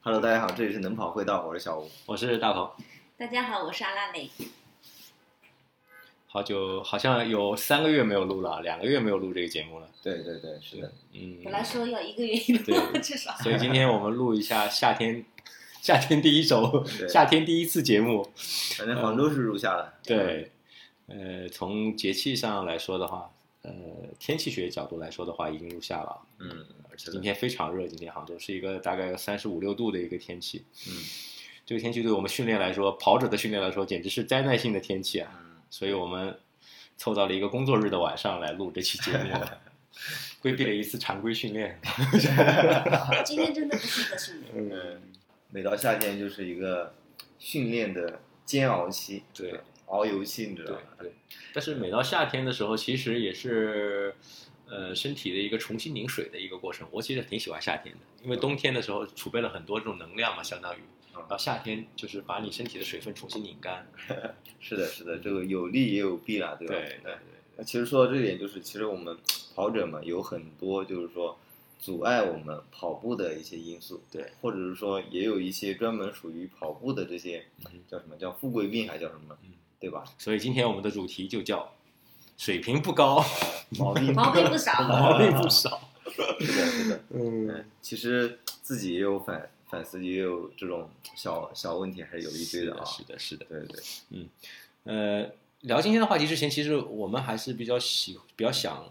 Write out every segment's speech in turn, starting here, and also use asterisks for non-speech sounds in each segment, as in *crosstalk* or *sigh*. Hello，大家好，这里是能跑会道，我是小吴。我是大鹏，大家好，我是阿拉蕾。嗯好久好像有三个月没有录了，两个月没有录这个节目了。对对对，是的，嗯，本来说要一个月一对录，*laughs* 至少所以今天我们录一下夏天， *laughs* 夏天第一周，对夏天第一次节目。反正杭州是入夏了。对，呃，从节气上来说的话，呃，天气学角度来说的话，已经入夏了。嗯，而且今天非常热，今天杭州是一个大概三十五六度的一个天气。嗯，这个天气对我们训练来说，跑者的训练来说，简直是灾难性的天气啊！嗯，所以我们凑到了一个工作日的晚上来录这期节 *laughs* 目，规避了一次常规训练。今天真的不是一个训练。嗯，每到夏天就是一个训练的煎熬期，对，遨游期，你知道对吗？对，但是每到夏天的时候，其实也是呃身体的一个重新凝水的一个过程。我其实挺喜欢夏天的，因为冬天的时候储备了很多这种能量嘛，相当于，嗯然后夏天就是把你身体的水分重新拧干。是的，是的，这个有利也有弊啦，对吧？嗯对对。那其实说到这一点，就是其实我们跑者嘛，有很多就是说阻碍我们跑步的一些因素，对，或者是说也有一些专门属于跑步的这些嗯叫什么叫富贵病，还叫什么嗯，对吧？所以今天我们的主题就叫“水平不高，毛病毛病不少，毛病不少是的，是的。”。 *laughs* 嗯嗯，其实自己也有反反思，也有这种小小问题，还是有一堆是的啊的，。是的，是的。对对，呃，聊今天的话题之前，其实我们还是比较喜比较想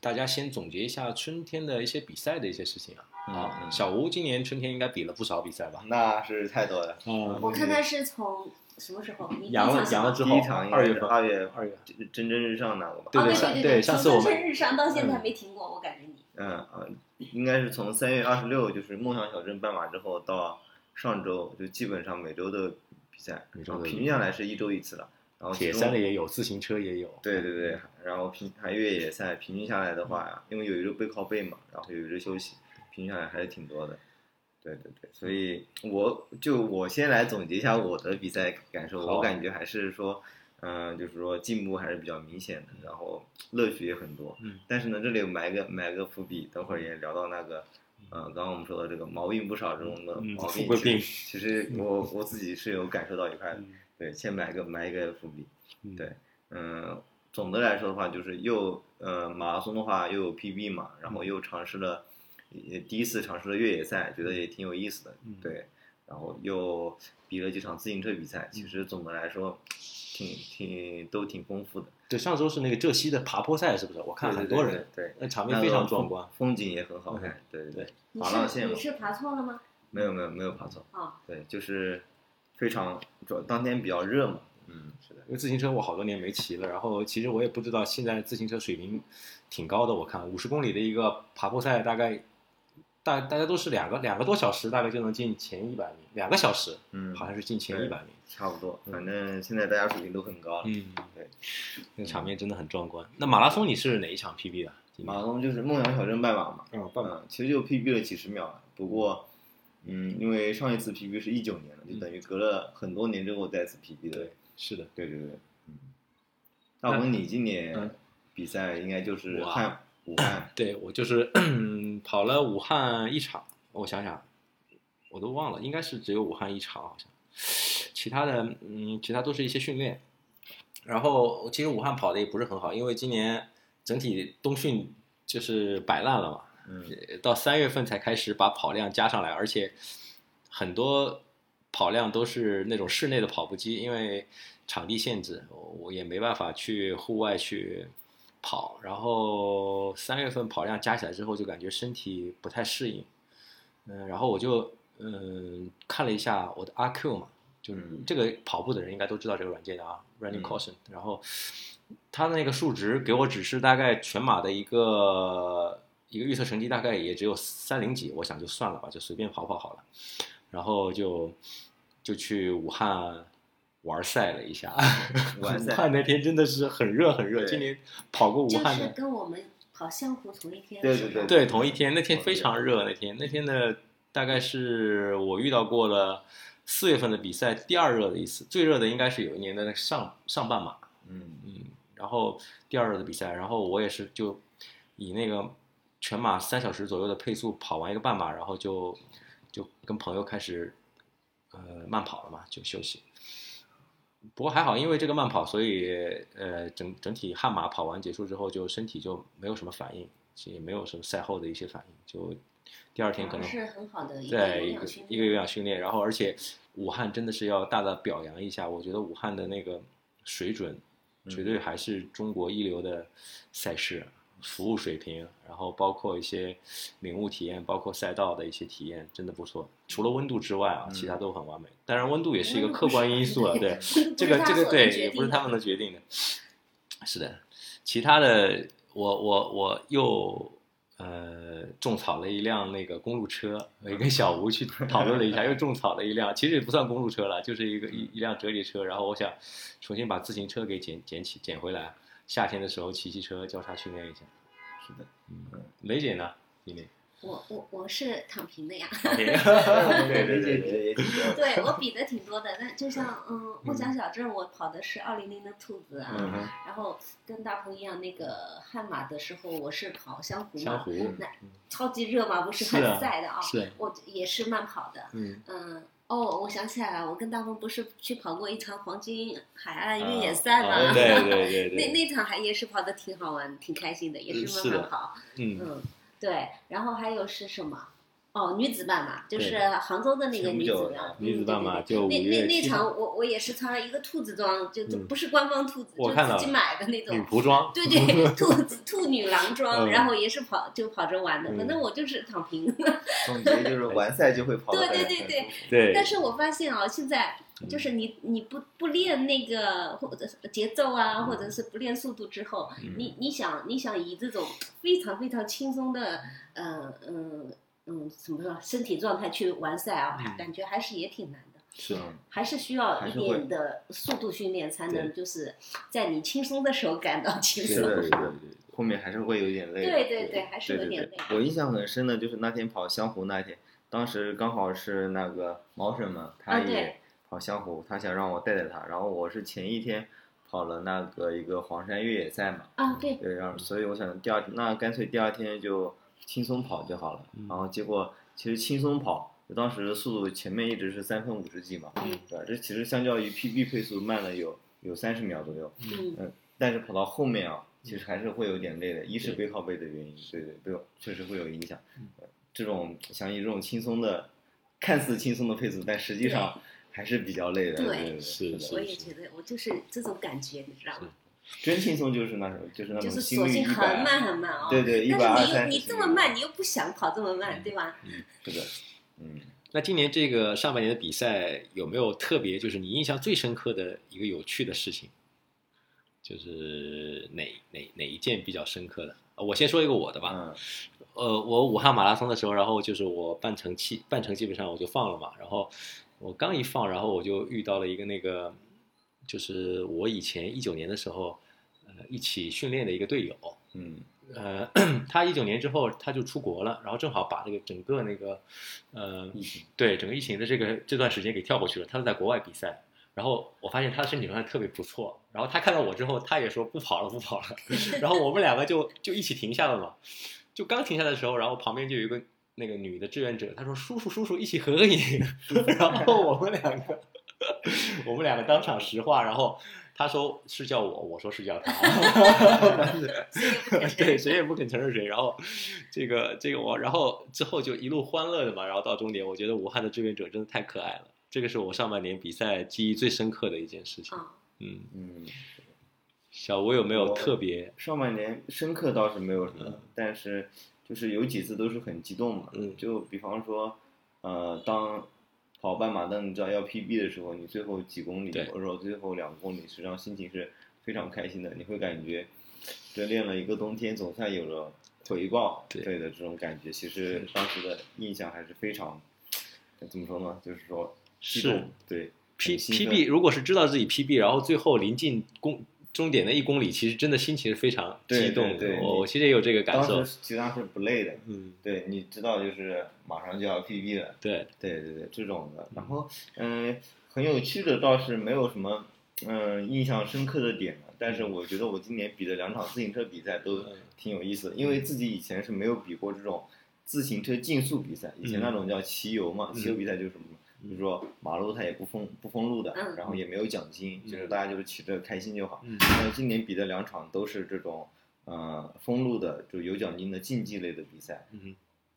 大家先总结一下春天的一些比赛的一些事情啊。嗯啊，嗯小吴今年春天应该比了不少比赛吧？那是太多了。啊我看他是从什么时候？你阳了你想阳了之第后一场，应该二月是份，二月二月，这蒸蒸日上那个吧？对哦，对对上对对上从次我们嗯蒸蒸日上到现在没停过，我感觉你嗯啊，应该是从三月二十六就是梦想小镇半马之后到上周，就基本上每周的比赛，每周然的后平均下来是一周一次了。然后其铁中三的也有，自行车也有。对对对，然后平还越野赛平均下来的话，因为有一周背靠背嘛，然后有一周休息，平均下来还是挺多的。对对对，所以我就我先来总结一下我的比赛感受，好啊我感觉还是说，嗯、就是说进步还是比较明显的，然后乐趣也很多。嗯，但是呢，这里埋个埋个伏笔，等会儿也聊到那个，呃，刚刚我们说的这个毛病不少这种的嗯毛富病，贵其实病其实我我自己是有感受到一块的，嗯对，先埋个埋一个伏笔。嗯对嗯，总的来说的话，就是又呃马拉松的话又有 PB 嘛，然嗯后又尝试了，也第一次尝试了越野赛，觉得也挺有意思的，嗯对，然后又比了几场自行车比赛，嗯其实总的来说挺挺都挺丰富的，对，上周是那个浙西的爬坡赛，是不是？我看很多人，对，那场对面非常壮观。，风风景也很好看，对对对，你滑浪是线你嘛，是爬错了吗？没有没有没有爬错，啊，对，就是非常主要当天比较热嘛，嗯，是的，因为自行车我好多年没骑了，然后其实我也不知道现在自行车水平挺高的。我看五十公里的一个爬坡赛，大概大大家都是两个两个多小时，大概就能进前一百名，两个小时嗯，好像是进前一百名。差不多，反正现在大家水平都很高了。嗯，对，那个场面真的很壮观。那马拉松你是哪一场 PB 的？今马年拉松就是梦想小镇半马嘛，嗯，半马。嗯，其实就 PB 了几十秒了。不过，嗯，因为上一次 PB 是一九年了，就等于隔了很多年之后再次 PB 的。对，是的，嗯对对对，嗯。大鹏，你今年嗯比赛应该就是我啊汉武汉，对我就是 *clears throat* 跑了武汉一场，我想想，我都忘了，应该是只有武汉一场好像，其他的嗯，其他都是一些训练。然后其实武汉跑的也不是很好，因为今年整体冬训就是摆烂了嘛，嗯呃到三月份才开始把跑量加上来，而且很多跑量都是那种室内的跑步机，因为场地限制，我我也没办法去户外去跑。然后三月份跑量加起来之后，就感觉身体不太适应。嗯，然后我就嗯看了一下我的阿 Q 嘛，就是嗯这个跑步的人应该都知道这个软件的啊嗯，Running Caution、然后它的那个数值给我只是大概全马的一个一个预测成绩，大概也只有三零几，我想就算了吧，就随便跑跑好了。然后就就去武汉玩赛了一下。完武赛汉。那天真的是很热很热，对今年跑过武就汉是的，跟我们跑相湖同一天，对是吧对对，同一天，那天非常热，那天那天的大概是我遇到过了四月份的比赛第二热的一次，最热的应该是有一年的那个上上半马，嗯嗯，然后第二热的比赛，然后我也是就以那个全马三小时左右的配速跑完一个半马，然后就就跟朋友开始呃慢跑了嘛，就休息。不过还好，因为这个慢跑，所以呃整整体悍马跑完结束之后，就身体就没有什么反应，其实也没有什么赛后的一些反应，就第二天可能啊哦是很好的一个对一有个氧训一个练。有氧训练，然后而且武汉真的是要大大表扬一下，我觉得武汉的那个水准绝对还是中国一流的赛事、服务水平，然后包括一些领悟体验，包括赛道的一些体验，真的不错。除了温度之外啊，嗯其他都很完美。当然，温度也是一个温度客不是观因 *laughs* 素了，啊对。这个这个对，也不是他们能决定的。是的，其他的我我我又呃种草了一辆那个公路车，我也跟小吴去讨论了一下，又种草了一辆，其实也不算公路车了，就是一个一一辆折叠车。然后我想重新把自行车给捡捡起捡回来，夏天的时候骑骑车交叉训练一下。是的，嗯，梅姐呢？今天我我我是躺平的呀， *laughs* *laughs* 对对对对，也挺多的。对我比的挺多的。那就像嗯，梦想小镇我跑的是二零零的兔子啊，嗯哼，然后跟大鹏一样，那个悍马的时候我是跑湘湖湘嘛，嗯湖那超级热嘛，不是是啊很晒的啊，是，我也是慢跑的。嗯，嗯，哦，我想起来了，我跟大鹏不是去跑过一场黄金海岸越野啊赛啊吗？ *laughs* 对对对对，那那场还也是跑的挺好玩，挺开心的，也嗯是的是慢慢跑。嗯，嗯，对。然后还有是什么？哦，女子半马就是对杭州的那个前不女久子的半，女子半马嗯就对五对对那月那那七号场我我也是穿了一个兔子装，就就嗯不是官方兔子，我就看到自己了嗯买的那种女仆装， *laughs* 对对，兔子兔女郎装，嗯然后也是跑就跑着玩的，嗯反正我就是躺平。总结就是完赛就会跑得很。对对对对很舒服对， *laughs* 但是我发现啊，现在嗯就是你你不不练那个或者是节奏啊，或者嗯是不练速度之后，嗯你你想你想以这种非常非常轻松的，呃嗯嗯，怎么说身体状态去完赛啊，嗯感觉还是也挺难的。是嗯还是需要还一是会点的速度训练，才对能就是在你轻松的时候感到轻是松。的是的对对后面还是会有一点累的。 *laughs* 对对对，还是对对有点对累。，我印象很深的就是那天跑湘湖那天，当时刚好是那个毛婶嘛，她啊对也跑湘湖，她想让我带带她，然后我是前一天跑了那个一个黄山越野赛嘛，啊，对，对，然后所以我想第二那干脆第二天就轻松跑就好了，然后结果其实轻松跑，我当时速度前面一直是三分五十几嘛，嗯对吧？这其实相较于 PB 配速慢了有有三十秒左右，嗯，但是跑到后面啊，其实还是会有点累的，一是对背靠背的原因，对对，对，确实会有影响嗯。呃这种想以这种轻松的，看似轻松的配速，但实际上还是比较累的。对对，是的我是也觉得我就是这种感觉，你知道吗？真轻松就是那什么，就是那就种是心索率性一很百，慢很慢哦。对对，一百但二是三。嗯你又你这么慢，你又不想跑这么慢，对吧？是的，嗯，那今年这个上半年的比赛有没有特别，就是你印象最深刻的一个有趣的事情？就是哪哪哪一件比较深刻的？呃我先说一个我的吧。嗯呃，我武汉马拉松的时候，然后就是我半程期半程基本上我就放了嘛，然后我刚一放，然后我就遇到了一个那个，就是我以前一九年的时候，呃，一起训练的一个队友，嗯呃，他一九年之后他就出国了，然后正好把这个整个那个，呃，对整个疫情的这个这段时间给跳过去了。他是在国外比赛，然后我发现他的身体状态特别不错。然后他看到我之后，他也说不跑了，不跑了。 *laughs* 然后我们两个就就一起停下了嘛。就刚停下的时候，然后旁边就有一个那个女的志愿者，她说：“叔叔，叔叔，一起合个影。” *laughs* 然后我们两个， *laughs* 我们两个当场石化。然后他说是叫我，我说是叫他。对，谁也不肯承认谁。然后这个这个我，然后之后就一路欢乐的嘛，然后到终点，我觉得武汉的志愿者真的太可爱了。这个是我上半年比赛记忆最深刻的一件事情。啊，嗯，嗯。小吴有没有我特别？上半年深刻倒是没有什么，但是就是有几次都是很激动嘛。嗯就比方说，呃，当跑半马，当你知道要 PB 的时候，你最后几公里对或者说最后两公里，实际上心情是非常开心的。你会感觉这练了一个冬天，总算有了回报，对的这种感觉。其实当时的印象还是非常，怎么说呢？就是说激是动，对 P 很兴 P 奋 B，如果是知道自己 P B，然后最后临近公终点的一公里，其实真的心情是非常对激动对的。对我你我其实也有这个感受当。时其实上是不累的，嗯，对，你知道就是马上就要 PB 了。对，对对对，这种的。然后，嗯、很有趣的倒是没有什么，嗯、印象深刻的点了。但是我觉得嗯我今年比的两场自行车比赛都挺有意思的，因为自己以前是没有比过这种自行车竞速比赛，以前那种叫骑游嘛，嗯骑游比赛就是什么，嗯就是说马路它也不封不封路的，嗯然后也没有奖金，嗯就是大家就是骑着开心就好。嗯但是今年比的两场都是这种呃封路的，就有奖金的竞技类的比赛，嗯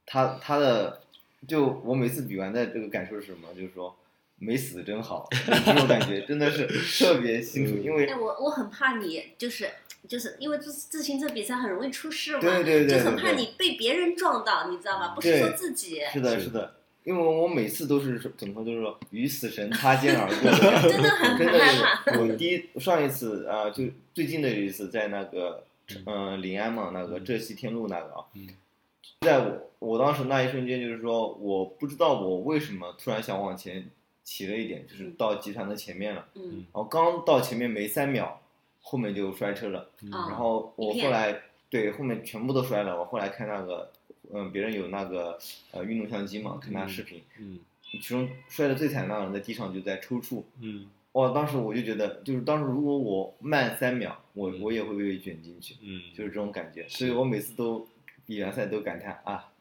他他的就我每次比完的这个感受是什么？就是说没死真好， *laughs* 这种感觉真的是特别清楚，嗯因为哎，我我很怕你，就是就是因为自自行车比赛很容易出事嘛，对对对对就很怕对你被别人撞到，你知道吗？不是对说 *laughs* 自己，是的，是是的，因为我每次都是说怎么说，就是说与死神擦肩而 *laughs* 过的感觉，真的很真很的害是怕。我第一上一次啊、呃就最近的一次在那个呃临安嘛，那个嗯浙西天路那个啊，嗯在我我当时那一瞬间就是说，我不知道我为什么突然想往前骑了一点，就是到集团的前面了。嗯然后哦刚到前面没三秒，后面就摔车了。嗯啊然后我一片后来对后面全部都摔了。我后来看那个，嗯，别人有那个呃运动相机嘛，看他视频，嗯其中摔的最惨的那个人在地上就在抽搐。嗯哇，当时我就觉得，就是当时如果我慢三秒，我嗯我也会被卷进去，嗯，就是这种感觉。所以我每次都比完赛都感叹啊，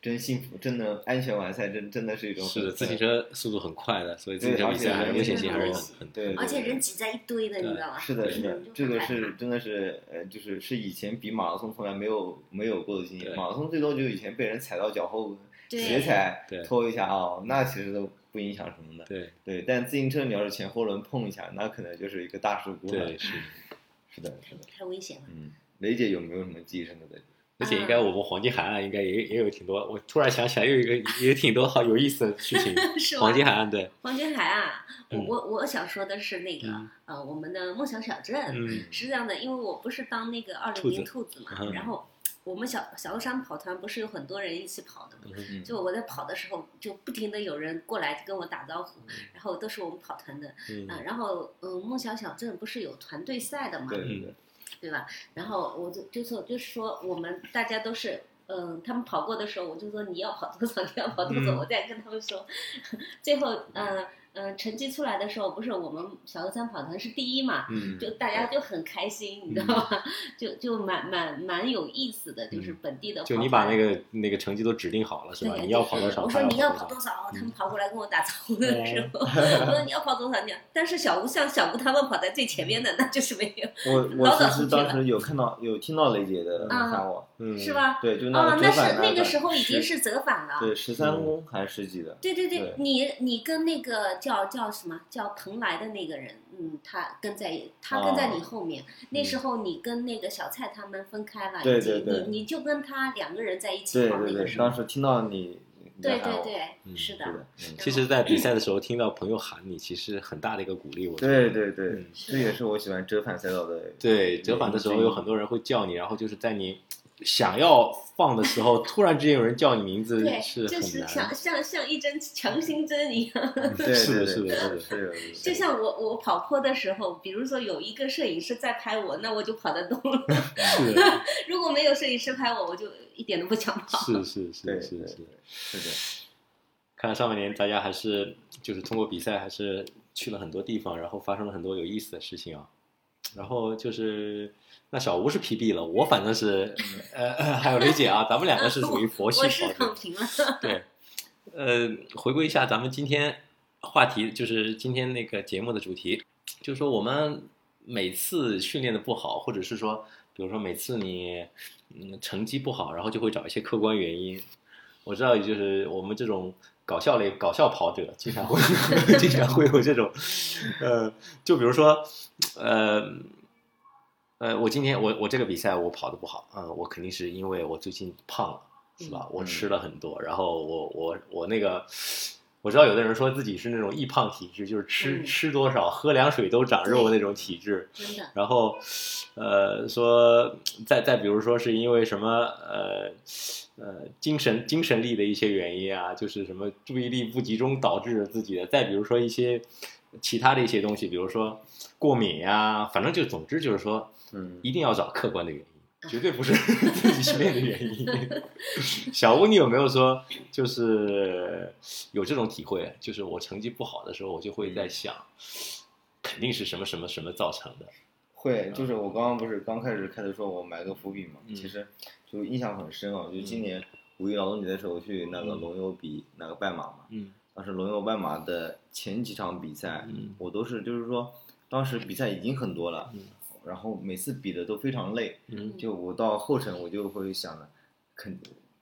真幸福，真的安全完赛，真真的是一种嗯是的，很自行车速度很快的，所以自行对车而比且赛还是人危险也性还是很很多很对对而且人挤在一堆的，你知道吗？是的，是的嗯，这个是就真的是，呃，就是是以前比马拉松从来没有没有过的经对验。马拉松最多就是以前被人踩到脚后对斜踩对嗯拖一下哦，那其实都不影响什么的。对对，但自行车你要是前后轮碰一下，那可能就是一个大事故了。对，是。是的，是的。太危险了。。嗯，雷姐有没有什么记忆深刻嗯的？而且应该我们黄金海岸应该也也有挺多，我突然想起来有一个也挺多好有意思的事情 *laughs* 是吗黄金海岸 *laughs* 对，黄金海岸，我嗯我我想说的是那个嗯呃，我们的梦想小镇嗯是这样的，因为我不是当那个二兔子零零兔子嘛嗯，然后我们小小乐山跑团不是有很多人一起跑的嘛，嗯，就我在跑的时候，就不停的有人过来跟我打招呼，然后都是我们跑团的，嗯嗯，然后嗯，梦想小镇不是有团队赛的嘛，对嗯对对，对吧？然后我就就说就是说我们大家都是。嗯，他们跑过的时候，我就说你要跑多少，你要跑多少，嗯我再跟他们说。 *laughs* 最后，嗯、呃、嗯、成绩出来的时候，不是我们小鹅山跑团是第一嘛，嗯就大家就很开心，你知道吗？就就蛮蛮蛮有意思的，就是本地的跑团。就你把那个那个成绩都指定好了是吧？对你要跑多少？我他说你要跑跑多少？少，他们跑过来跟我打招呼的时候， *laughs* 我说你要跑多少，你要但是小吴像小吴他们跑在最前面的，那就是没有，我我老其早实出去了当时有看到有听到雷姐的啊喊我，嗯，是？吧？对，就哦那，那折返是那个个时候已经十是折返了。对十三嗯公还是十几的，对对对对你你跟那个叫叫什么叫蓬莱的那个人，嗯，他跟在他跟在你后面。那时候你跟那个小蔡他们分开了，对已经对对你你就跟他两个人在一对起跑对那个对，时候当。时听到你你在对喊对我，对，是的是，的，嗯。其实，在比赛的时候听到朋友喊你，其实很大的一个鼓励。我觉得对对对，嗯这也是我喜欢折返赛道的。对，折返的时候有很多人会叫你，然后就是在你想要放的时候，突然之间有人叫你名字，对，是就很是像难。像像一针强心针一样。 *laughs* 对，对是的对是的对是有一些就像我我跑坡的时候，比如说有一个摄影师在拍我，那我就跑得动 *laughs* 了；是嗯如果没有摄影师拍我，我就一点都不想跑。是是对是对是对是是。的，看来上半年大家还是就是通过比赛还是去了很多地方，然后发生了很多有意思的事情啊。然后就是那小吴是 PB 了，我反正是呃呃 *laughs* 还有雷姐啊，咱们两个是属于 *laughs* 佛 *laughs* 我系是跑者。躺平了， *laughs* 对，呃，回归一下咱们今天话题，就是今天那个节目的主题，就是说我们每次训练的不好，或者是说，比如说每次你嗯成绩不好，然后就会找一些客观原因。我知道，就是我们这种搞笑类搞笑跑者，经常会经常会有这种，呃，就比如说，呃。呃，我今天我我这个比赛我跑的不好，嗯，我肯定是因为我最近胖了，是 *laughs* 吧？我吃了很多，然后我我我那个，我知道有的人说自己是那种易胖体质，就是吃、嗯吃多少喝凉水都长肉那种体质，真 *laughs* 的。然后，呃，说再再比如说是因为什么呃呃精神精神力的一些原因啊，就是什么注意力不集中导致自己的，再比如说一些其他的一些东西，比如说过敏呀、反正就总之就是说，嗯，一定要找客观的原因，绝对不是 *laughs* 自己训练的原因。 *laughs* 小吴，你有没有说就是有这种体会？就是我成绩不好的时候，我就会在想，肯定是什么什么什么造成的。会就是我刚刚不是刚开始开头说我埋个伏笔嘛，嗯嗯其实就印象很深啊，就今年五一劳动节的时候去那个龙游比、那个半马嘛，嗯当时龙游半马的前几场比赛，嗯我都是就是说，当时比赛已经很多了，嗯然后每次比的都非常累，嗯就我到后程我就会想了，肯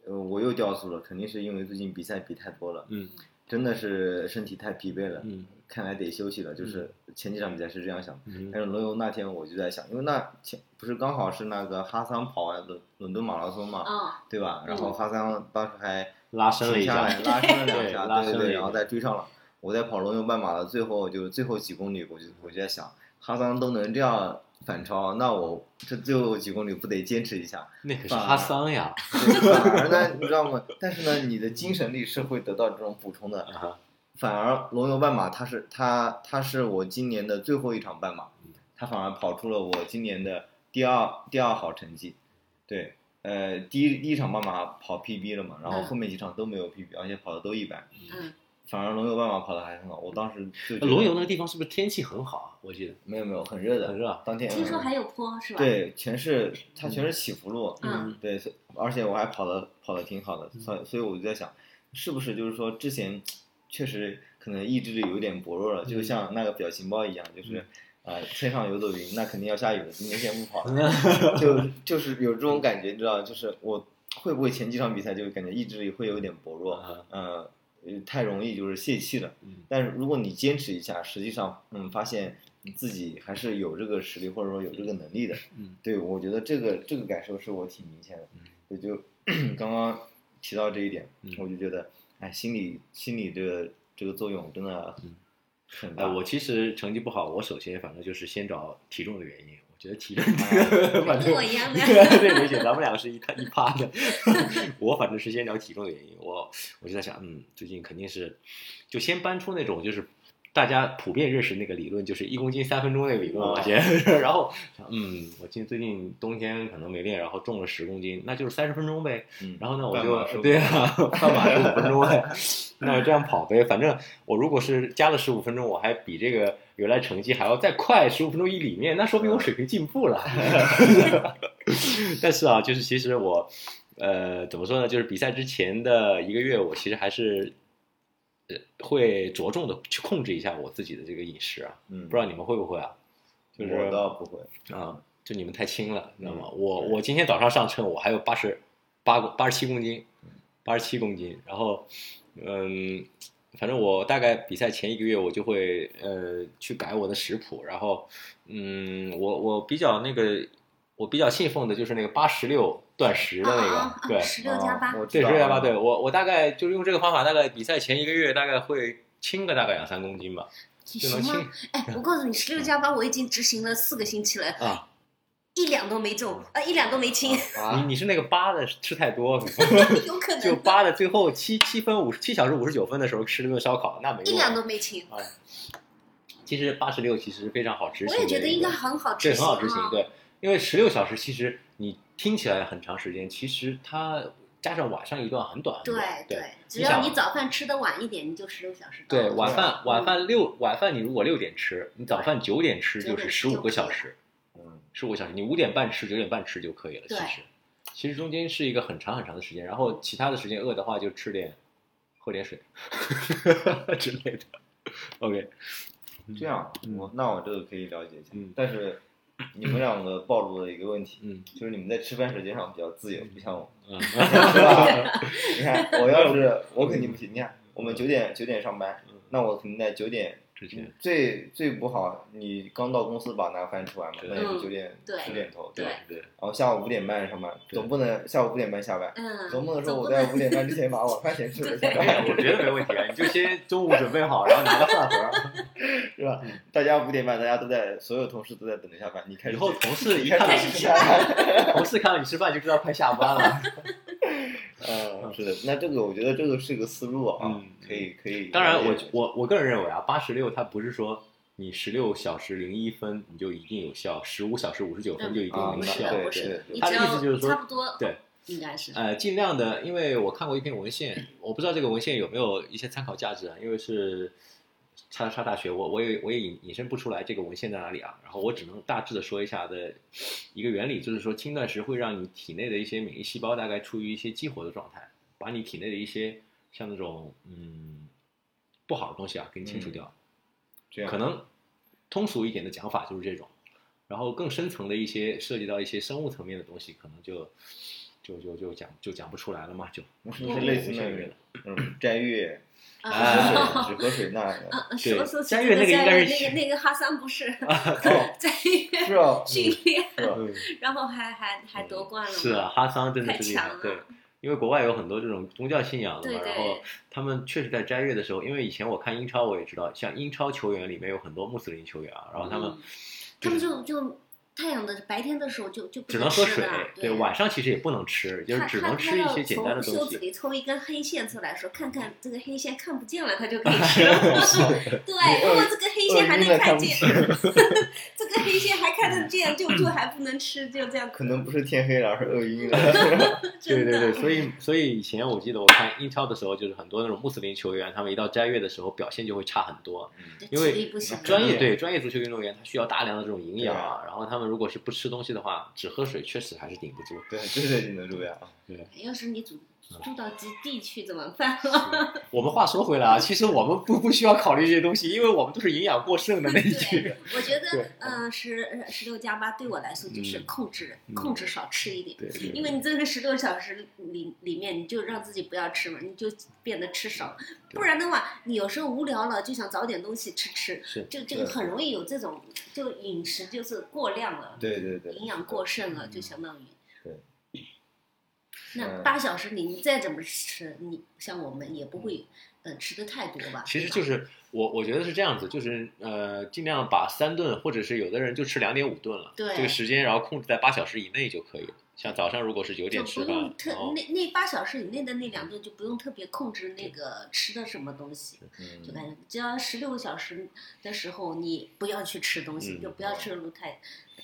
呃我又掉速了，肯定是因为最近比赛比太多了，嗯真的是身体太疲惫了，嗯看来得休息了。就是前几场比赛是这样想的，嗯但是轮游那天我就在想，因为那前不是刚好是那个哈桑跑完伦伦敦马拉松嘛，啊，对吧？然后哈桑当时还拉伸了一停下下来，拉伸了两对下，拉对伸对了一对，下然后再追上了。我在跑龙游半马的最后就是最后几公里，我就我就在想，哈桑都能这样反超，那我这最后几公里不得坚持一下？那可是哈桑呀，对反而呢，你知道吗？但是呢，你的精神力是会得到这种补充的。啊哈反而龙游半马，它是它它是我今年的最后一场半马，它反而跑出了我今年的第二第二好成绩。对，呃，第一第一场半马跑 PB 了嘛，然后嗯后面几场都没有 PB，而且跑的都一百。嗯，反而龙游半马跑的还很好，我当时就觉得龙游那个地方是不是天气很好啊？我记得没有没有很热的，很热啊当天听说还有坡是吧？，对全是它全是起伏路，嗯对，所以而且我还跑的跑的挺好的，所以所以我就在想，是不是就是说之前确实可能意志力有点薄弱了，就像那个表情包一样，就是啊、呃天上有朵云，那肯定要下雨了，今天先不跑了，就就是有这种感觉，你知道，就是我会不会前几场比赛就感觉意志力会有点薄弱，啊呃，呃太容易就是泄气了。嗯但是如果你坚持一下，实际上，嗯，发现你自己还是有这个实力或者说有这个能力的。嗯对，我觉得这个这个感受是我挺明显的。我就 *clears throat* 刚刚提到这一点，嗯我就觉得，哎，心理心理这个这个作用真的嗯很大。哎，我其实成绩不好，我首先反正就是先找体重的原因，我觉得体重 *laughs* 反跟正我一样的。 *laughs* 对，没选，咱们两个是一趴一趴的。 *laughs* 我反正是先聊体重的原因，我我就在想，嗯，最近肯定是就先搬出那种就是大家普遍认识那个理论，就是一公斤三分钟那个理论，我先， *laughs* 然后嗯，我今最近冬天可能没练，然后重了十公斤，那就是三十分钟呗。嗯，然后呢，我半马十就五对啊，半马十五分钟哎， *laughs* 那我这样跑呗。反正我如果是加了十五分钟，我还比这个原来成绩还要再快十五分钟一里面，那说明嗯我水平进 *laughs* 步了。但是啊，就是其实我，呃，怎么说呢？就是比赛之前的一个月，我其实还是，呃，会着重的去控制一下我自己的这个饮食啊。嗯，不知道你们会不会啊？就是我倒不会。啊，就你们太轻了，你知道吗？嗯我对我今天早上上称，我还有八十八八十七公斤，八十七公斤。然后，嗯，反正我大概比赛前一个月，我就会呃去改我的食谱。然后，嗯，我我比较那个，我比较信奉的就是那个八十六断食的那个，啊啊对啊，，十六加八啊，我知对，道十加八，了嗯 *laughs* 对我我大概就是用这个方法，大概比赛前一个月大概会轻个大概两三公斤吧，你就能行轻吗？哎，我告诉你，十六加八我已经执行了四个星期了，嗯啊。嗯一两都没中，呃，一两都没轻，你啊，你是那个八的吃太 *laughs* 多， *laughs* 有 *laughs* 可能就八的最后七七分五七小时五十九分的时候吃了顿烧烤，那没一用两都没轻。啊。其实八十六其实非常好执我行，也觉得应该很好对执很行好执行啊，。对，因为十六小时其实你听起来很长时间，其实它加上晚上一段很短很短对，对。对，只你想要你早饭吃的晚一点，你就十六小时到了。对晚对饭，晚饭六晚饭你如果六点吃，你早饭九点吃就九是点十五就个可以小了时，嗯，十五个小时，你五点半吃，九点半吃就可以了。其对实，其实中间是一个很长很长的时间，然后其他的时间饿的话就吃点，喝点水之类的。OK，这样，嗯我那我这个可以了解一下嗯。但是你们两个暴露了一个问题，嗯就是你们在吃饭时间上比较自由，不像我。嗯， *laughs* 是吧？ *laughs* 你看，我要是我肯定不行。你看，我们九点九点上班嗯，那我肯定在九点之前嗯最最不好，你刚到公司把那饭吃完嘛，对那也就九点嗯对十点头，对吧？对对，然后下午五点半上班，对总不能下午五点半下班，嗯，总不能说总我不在能五点半之前把晚饭先吃了下哎班， *laughs* 呀我觉得没问题啊，你就先中午准备好，然后拿个饭盒。是吧？大家五点半，大家都在，所有同事都在等着下班，你开嗯以始后同事一你看到开你始吃吃饭。饭，同事看到你吃饭就知道快下班了。嗯，是的，那这个我觉得这个是个思路啊嗯，可以可以了解。当然我，我我个人认为啊，八十六它不是说你十六小时零一分你就一定有效，十五小时五十九分就一定啊能那效。对嗯不对是，对你他只的意思就是要说差不多，对，应该是呃，尽量的，因为我看过一篇文献，我不知道这个文献有没有一些参考价值啊，因为是叉叉大学，我我也我也引引申不出来这个文献在哪里啊，然后我只能大致的说一下的一个原理，就是说轻断食会让你体内的一些免疫细胞大概处于一些激活的状态，把你体内的一些像那种嗯不好的东西啊给你清除掉。这样可能通俗一点的讲法就是这种，然后更深层的一些涉及到一些生物层面的东西，可能就就就就讲就讲不出来了嘛，就就是类似那个个，嗯，斋 *laughs* 月、哎喝啊，水、只喝水那个，嗯说说嘉悦那个应该是啊那个那个哈桑不 *laughs* 是哦，在是哦，训练，是哦，然后还还还夺冠了，嗯是啊，，哈桑真的是厉害太强，了对，因为国外有很多这种宗教信仰的对嘛，然后对，他们确实在斋月的时候，因为以前我看英超我也知道，像英超球员里面有很多穆斯林球员啊，然后他们嗯他们就就太阳的白天的时候就就不只能喝吃水了，对，晚上其实也不能吃，就是他只他能他吃一要些简单的从东袖子 *laughs* 西。里抽一根黑线出来说，看看这个黑线看不见了，他就可以吃了。 *laughs* 对，如果这个黑线还能看见， *laughs* 这个黑线还看得见，就就还不能吃，就这样。可能不是天黑了，而是饿晕 *laughs* 了。对 *laughs* 真对的对，所以所以以前我记得我看英超的时候，就是很多那种穆斯林球员，他们一到斋月的时候表现就会差很多。对因为体力不行了，专业对对专业足球运动员，他需要大量的这种营养啊对，然后他们如果是不吃东西的话，只喝水确实还是顶不住。对，真的顶得住呀。要是你住住到极地去怎么办？ *laughs* 我们话说回来啊，其实我们不不需要考虑这些东西，因为我们都是营养过剩的那一群对人。，我觉对得，嗯，十十六加八对我来说就是嗯控制，嗯控制少吃一点。对对因为你这个十六小时里里面，你就让自己不要吃嘛，你就变得吃少，对不然的话，你有时候无聊了就想找点东西吃是吃，就这个对很容易有这种，就饮食就是过量了，对对对，营养过剩嗯了，就相当于。对。那嗯八小时里你再怎么吃，你像我们也不会，呃，吃的太多吧？嗯其实对吧就是我我觉得是这样子，就是呃，尽量把三顿或者是有的人就吃两点五顿了，对这个时间然后控制在八小时以内就可以了。像早上如果是九就点不吃饭哦用，特嗯然后那那八小时以内的那两顿就不用特别控制那个吃的什么东西，就嗯，感觉只要十六个小时的时候你不要去吃东西，嗯就不要摄入太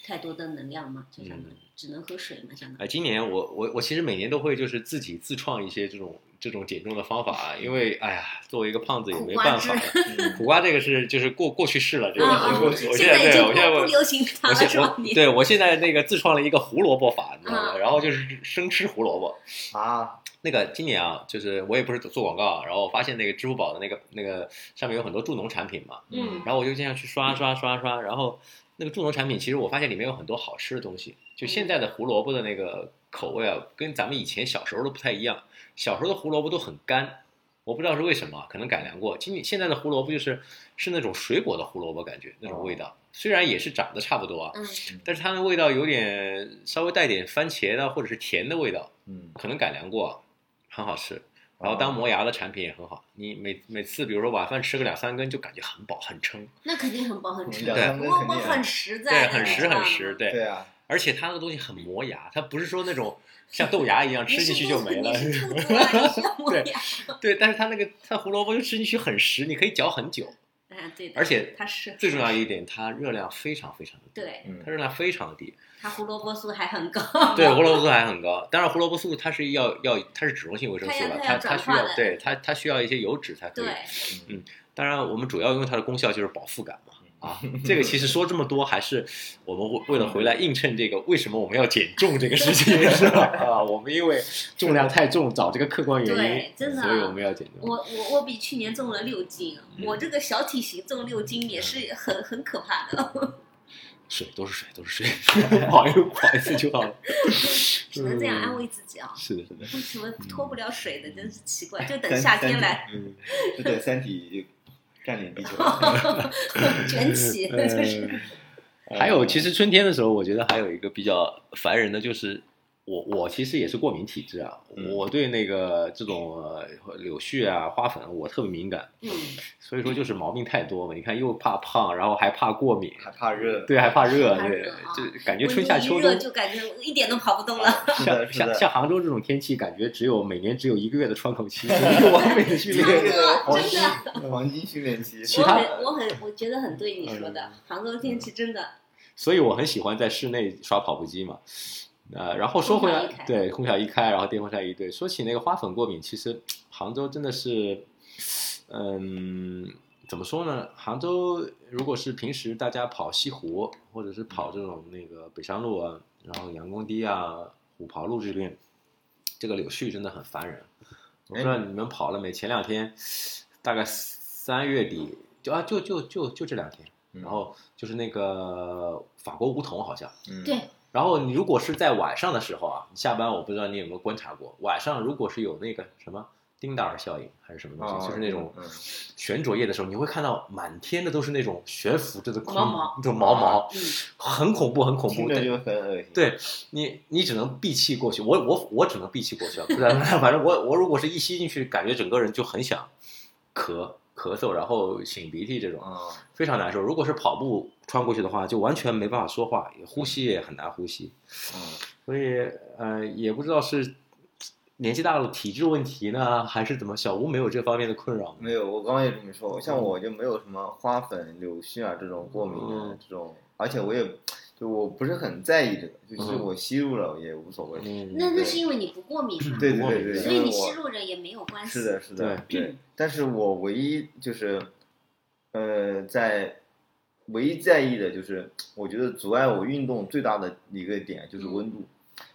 太多的能量嘛，就相当于只能喝水嘛，相当哎，于。今年我我我其实每年都会就是自己自创一些这种这种减重的方法啊，因为哎呀，作为一个胖子也没办法了。嗯苦瓜这个是就是过过去式了，这个啊我啊我！我现在已对经我现在不我不流行它我了，现是吧我？你对我现在那个自创了一个胡萝卜法，你知道吗？啊然后就是生吃胡萝卜。啊，那个今年啊，就是我也不是做广告啊，然后我发现那个支付宝的那个那个上面有很多助农产品嘛，嗯然后我就经常去刷刷刷刷，然后那个助农产品，其实我发现里面有很多好吃的东西。就现在的胡萝卜的那个口味啊，跟咱们以前小时候都不太一样。小时候的胡萝卜都很干，我不知道是为什么，可能改良过。今年现在的胡萝卜就是是那种水果的胡萝卜感觉那种味道，虽然也是长得差不多啊，嗯，但是它的味道有点稍微带点番茄的或者是甜的味道，嗯，可能改良过啊，很好吃。然哦后当磨牙的产品也很好，你每每次比如说晚饭吃个两三根就感觉很饱很撑。那肯定很饱很吃，两对三我根我肯定很啊，实对，在的，很你实知道很吗实，。对啊，而且它那个东西很磨牙，它不是说那种像豆芽 *laughs* 一样吃进去就没了你。 *laughs* 是肚子啊，你是我对呀，对，但是它那个它胡萝卜就吃进去很实，你可以嚼很久。啊对的，而且它是最重要一点，它热量非常非常的低，对，嗯它，热量非常的低。它胡萝卜素还很高，对，胡哦萝卜素还很高。当然，胡萝卜素它是要要它是脂溶性维生素了，它它它要它要需转化要的对它它需要一些油脂才可以。对，嗯嗯当然，我们主要用它的功效就是饱腹感嘛。啊，这个其实说这么多，还是我们为为了回来映衬这个为什么我们要减重这个事情， *laughs* 是吧？啊，我们因为重量太重，找这个客观原因对，真的所以我们要减重。我我我比去年重了六斤，嗯我这个小体型重六斤也是很很可怕的，水都是水，都是水， *laughs* 不好意思，不好意思就好了。只能这样安慰自己 *laughs* 啊。是的，是的，为什么脱不了水的，真是奇怪。就等三夏天来，嗯，就等三体占领地球。哦 *laughs* 卷起，嗯就是嗯呃还有，其实春天的时候，我觉得还有一个比较烦人的就是。我我其实也是过敏体质啊，嗯我对那个这种呃柳絮啊、花粉我特别敏感，嗯，所以说就是毛病太多嘛。你看又怕胖，然后还怕过敏，还怕热，对，还怕热，怕对热啊，就感觉我春夏一秋热冬，就感觉我一点都跑不动了。嗯是的，像是的像，像杭州这种天气，感觉只有每年只有一个月的窗 *laughs* 口期，就是完美的训这个练。是 *laughs* 真黄的金黄金训练期， *laughs* 其我他嗯很我很我觉得很对你说的，杭州天气真的所以我很喜欢在室内刷跑步机嘛。呃，然后说回来空调一，开对，空调一开，然后电风扇一对。说起那个花粉过敏，其实杭州真的是，嗯，怎么说呢？杭州如果是平时大家跑西湖，或者是跑这种那个北山路啊，然后杨公堤啊、虎跑路这边，这个柳絮真的很烦人。我不知道你们跑了没？前两天，大概三月底，就啊，就就就就这两天，嗯然后就是那个法国梧桐好像。嗯，对，然后你如果是在晚上的时候啊，你下班我不知道你有没有观察过，晚上如果是有那个什么丁达尔效应还是什么东哦西，就是那种嗯嗯悬浊夜的时候，你会看到满天的都是那种悬浮着的空毛毛那种毛毛，嗯很恐怖，很恐怖。啊听着对就很恶心。对你，你只能闭气过去。我我我只能闭气过去啊，不然 *laughs* 反正我我如果是一吸进去，感觉整个人就很想咳咳嗽，然后擤鼻涕这种，嗯，非常难受。如果是跑步穿过去的话，就完全没办法说话，也呼吸也很难呼吸。嗯所以呃，也不知道是年纪大了体质问题呢，还是怎么。小吴没有这方面的困扰吗？没有，我刚刚也这么说。嗯像我就没有什么花粉、柳絮啊这种过敏啊嗯这种，而且我也就我不是很在意这个，就是嗯我吸入了也无所谓。嗯，那那是因为你不过敏嘛，对不过对敏对对，所以因为你吸我入了也没有关系。是的，是的，对对。但是我唯一就是，呃，在唯一在意的就是，我觉得阻碍我运动最大的一个点就是嗯温度。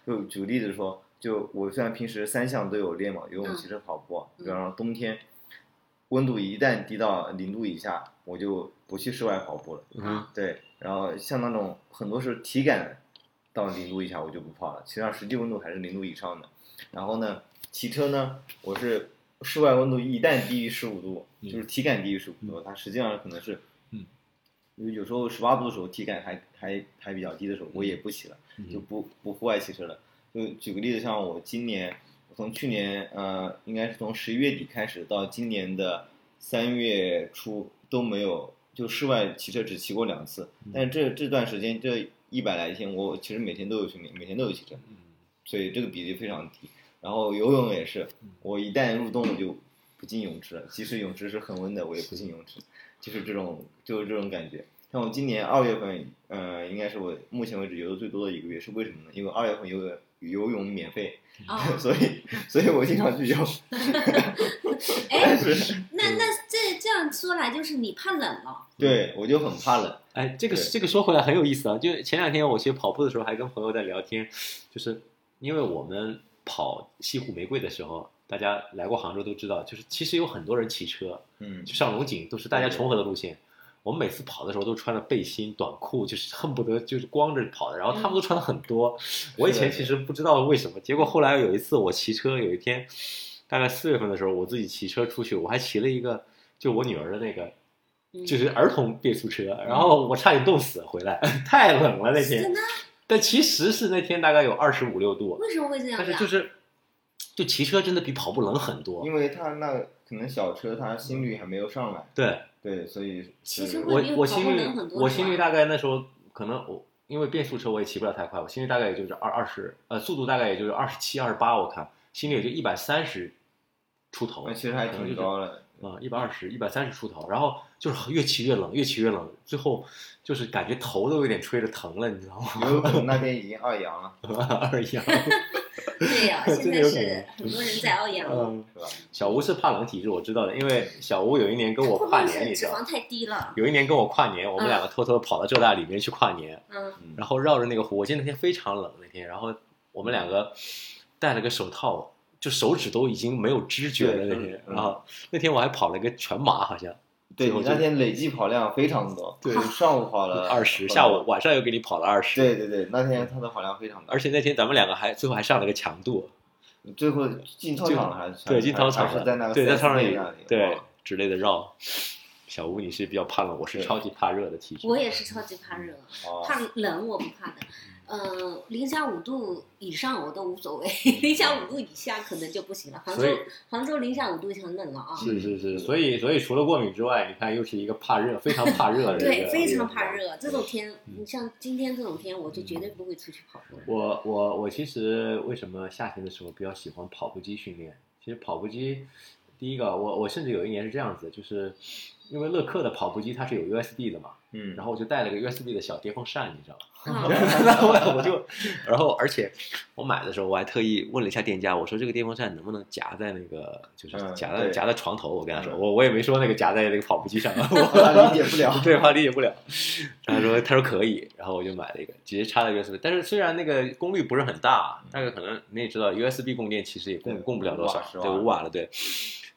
就举例子说，就我虽然平时三项都有练嘛，游泳、嗯骑车、跑步啊，嗯比方说冬天温度一旦低到零度以下，我就不去室外跑步了。嗯对，然后像那种很多是体感到零度以下我就不跑了，其实际上实际温度还是零度以上的。然后呢，骑车呢，我是室外温度一旦低于十五度，嗯就是体感低于十五度，它实际上可能是，嗯，有有时候十八度的时候体感还还还比较低的时候，我也不骑了，嗯就嗯不不户外骑车了。就举个例子，像我今年，我从去年呃，应该是从十一月底开始到今年的三月初都没有，就室外骑车只骑过两次。但是这这段时间这一百来天，我其实每天都有训练，每天都有骑车，嗯所以这个比例非常低。然后游泳也是嗯，我一旦入冬我就不进泳池了，即使泳池是恒温的，我也不进泳池，就是这种就是这种感觉。像我今年二月份，呃，应该是我目前为止游的最多的一个月，是为什么呢？因为二月份游泳游泳免费， *laughs* *laughs* 哦，所以所以我经常去游。 *laughs* 哎， *laughs* *laughs* 是，那那这这样说来，就是你怕冷了，对我就很怕冷。哎，这个对这个说回来很有意思啊，就前两天我去跑步的时候，还跟朋友在聊天，就是因为我们跑西湖玫瑰的时候，大家来过杭州都知道，就是其实有很多人骑车，嗯就上龙井都是大家重合的路线。我们每次跑的时候都穿着背心、短裤，就是恨不得就是光着跑的。然后他们都穿的很多，嗯我以前其实不知道为什么。结果后来有一次我骑车，有一天大概四月份的时候，我自己骑车出去，我还骑了一个就我女儿的那个嗯就是儿童变速车，然后我差点冻死回来， *laughs* 太冷了那真天。的？但其实是那天大概有二十五六度，为什么会这样啊但呀是？就是就骑车真的比跑步冷很多。因为他那个可能小车他心率还没有上来，对对，所以其实对会我比我跑步心率冷很多我是吧心率大概那时候可能我因为变速车我也骑不了太快，我心率大概也就是二二十呃速度大概也就是二十七二十八，我看心率也就一百三十出头那，其实还可能就挺是高的。啊，一百二十、一百三十出头，然后就是越骑越冷，越骑越冷，最后就是感觉头都有点吹着疼了，你知道吗？ *laughs* 有可能那边已经二阳了，二一样，对呀、 *laughs* 真现的在有是很多人 *laughs* 在熬夜了，嗯，是吧？小吴是怕冷体质，我知道的，因为小吴有一年跟我会不跨会年，你是知脂道肪吗，太低了？有一年跟我跨年，我们嗯两个偷偷地跑到浙大里面去跨年，嗯，嗯然后绕着那个湖，我记得那天非常冷，那天，然后我们两个戴了个手套，就手指都已经没有知觉对了那嗯天，嗯然后那天我还跑了个全马，好像对最后你就那天累计跑量非常多，对你上午呃跑了 *laughs* 二十，下午，晚上又给你跑了二十，对对对，那天他的跑量非常大，而且那天咱们两个还最后还上了个强度，最后进操场了还是对，进操场还是在那了，个对，在操场 CS 里那里，对哇之类的绕。小吴，你是比较怕冷，我是对超级怕热的体质。我也是超级怕热，哦怕冷我不怕冷。嗯呃，零下五度以上我都无所谓， *laughs* 零下五度以下可能就不行了。杭所以州杭州零下五度以上冷了啊，是是是，所以所以除了过敏之外，你看又是一个怕热，非常怕热的 *laughs* 人。对，非常怕。热。这种天，嗯你像今天这种天，我就绝对不会出去跑步了。我我我其实为什么夏天的时候比较喜欢跑步机训练？其实跑步机，第一个，我我甚至有一年是这样子，就是因为乐客的跑步机它是有 USB 的嘛，嗯，然 *laughs* 后后我就带了个 USB 的小电风扇，你知道吗？ *laughs* 啊，然后我就，然后而且我买的时候我还特意问了一下店家，我说这个电风扇能不能夹在那个，就是嗯夹在、对夹在床头？我跟他说，嗯我我也没说那个夹在那个跑步机上，啊 *laughs* 他 *laughs* 我。理解不了对，怕理解不了。 *laughs* 他说他说可以，然后我就买了一个，直接插了 USB。但是虽然那个功率不是很大，大概可能你也知道，USB 供电其实也供对供不了多5少瓦，10瓦对，五瓦了，对。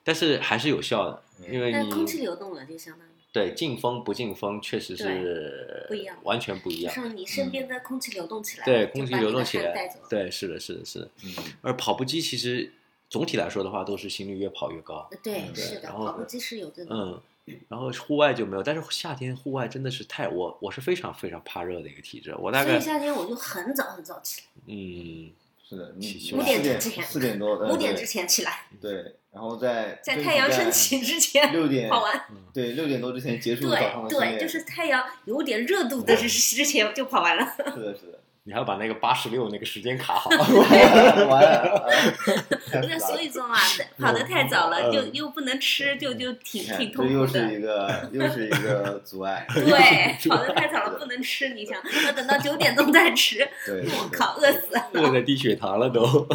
但是还是有效的，嗯因为那你空气流动了就相当于。对进风不进风确实是不一样完全不一样。让你身边的空气流动起来，对，就空气把你流的动起汗来带走，了。对，是的，是的，是的。嗯而跑步机其实总体来说的话，都是心率越跑越高。对，嗯是的，然后跑步机是有这种，嗯，然后户外就没有，但是夏天户外真的是太我我是非常非常怕热的一个体质，我大所以概夏天我就很早很早起嗯是的，你起你四起来五点点之前四点多，来，嗯五点对之前起来，对，然后在 *laughs* 在争太取阳升起之前六点 *laughs* 跑完。对六点多之前结束早上的对训练，对，就是太阳有点热度的之之前就跑 *laughs* 完了。是的， *laughs* 是的，你还要把那个八十六那个时间卡好， *laughs* 完 *laughs* 了，太复杂那了所以说嘛，跑得太早了，嗯就又不能吃，就就挺你看挺这痛又苦的是。一 *laughs* 个又是一个阻碍，对，跑得太早了不能吃，*laughs* 你想，要等到九点钟再吃，对，对我靠，饿死了。饿的低血糖了都。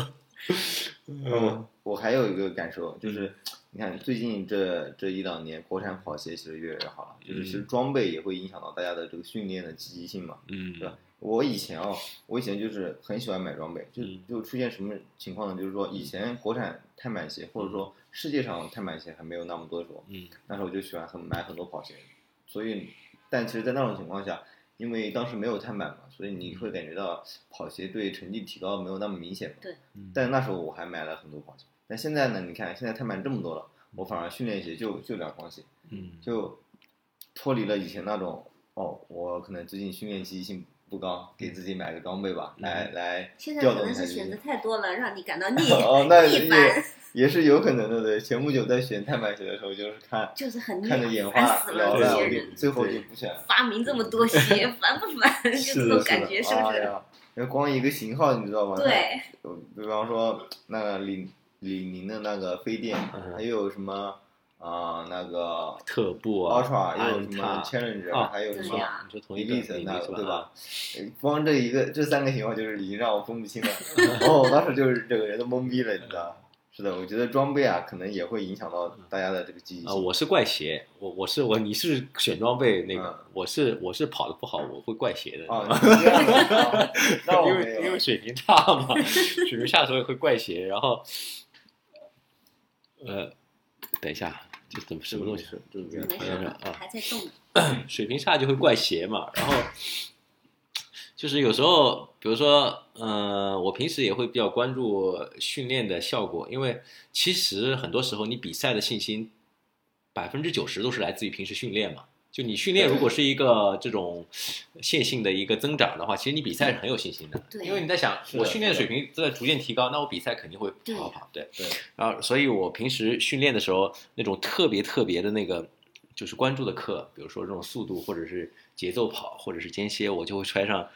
我嗯我还有一个感受，就是嗯你看最近这这一两年，国产跑鞋其实越来越好了，就是其嗯实装备也会影响到大家的这个训练的积极性嘛。嗯对我以前哦，我以前就是很喜欢买装备，就嗯就出现什么情况呢？就是说以前国产碳板鞋，嗯或者说世界上碳板鞋还没有那么多种，嗯那时候我就喜欢很买很多跑鞋，所以，但其实，在那种情况下，因为当时没有碳板嘛，所以你会感觉到跑鞋对成绩提高没有那么明显嘛。对嗯但那时候我还买了很多跑鞋，但现在呢，你看现在碳板这么多了，我反而训练鞋就就两双鞋，嗯就脱离了以前那种哦，我可能最近训练积极性不高，给自己买个装备吧，来嗯来现在调可动一能下是积极选择性。太多了，让你 *laughs* 感到腻哦，那逆也反，也是有可能的，对。前不久在选碳板鞋的时候，就是看就是很腻看着眼，嗯烦花死缭了这乱，些我人。就最后就不选了。发明这么嗯 *laughs* 多鞋，烦不烦？就这种感觉，是不哎是？呀，那光一个型号你知道吗？对，呃。比方说那个李李宁的那个飞电，嗯还有什么啊那个特步啊 Ultra，又有安什么踏， Challenger，啊还有对什呀么你说啊同一个 Elite 的领那域是个对吧吧？？呃光这一个这三个型号就是已经让我分不清了。 *laughs* 哦，我当时就是整个人都懵逼了，你知道吗？是的，我觉得装备啊，可能也会影响到大家的这个积极啊，性。我是怪鞋，我我是我，你是选装备那个，嗯我是我是跑的不好，我会怪鞋的。啊，你这样子 *laughs* 啊 *laughs* 那我因没为因有为。水平差嘛，水平差的时候也会怪鞋，然后，呃，等一下，这怎么什么东西？就是这样没好事像是儿，啊，还在动。水平差就会怪鞋嘛，然后就是有时候，比如说，呃，我平时也会比较关注训练的效果，因为其实很多时候你比赛的信心百分之九十都是来自于平时训练嘛。就你训练如果是一个这种线性的一个增长的话，其实你比赛是很有信心的，对因为你在想是的我训练的水平在逐渐提高，那我比赛肯定会好好跑，对。对，然后，啊所以我平时训练的时候，那种特别特别的那个，就是关注的课，比如说这种速度，或者是节奏跑，或者是间歇，我就会穿上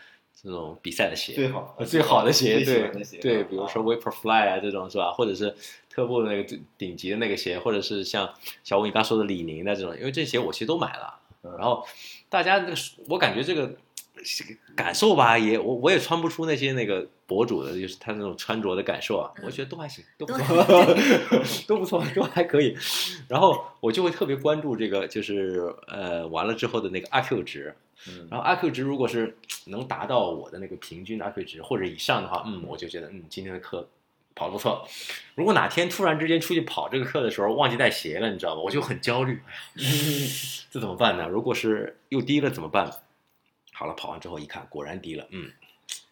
这种比赛的鞋，最好呃最好的最鞋，喜欢对的鞋对，啊比如说 Vaporfly 啊这种是吧？或者是特步的那个最顶级的那个鞋，或者是像小五你刚说的李宁的这种，因为这些我其实都买了。嗯然后大家那个，我感觉这个这个感受吧，也我我也穿不出那些那个博主的，就是他那种穿着的感受啊，嗯我觉得都还行，都不都错， *laughs* 都不错，都还可以。然后我就会特别关注这个，就是呃完了之后的那个 RQ 值，嗯然后 RQ 值如果是能达到我的那个平均 RQ 值或者以上的话，嗯，我就觉得嗯今天的课跑得不错。如果哪天突然之间出去跑这个课的时候忘记带鞋了，你知道吗？我就很焦虑，哎呀这怎么办呢？如果是又低了怎么办？好了，跑完之后一看，果然低了，嗯，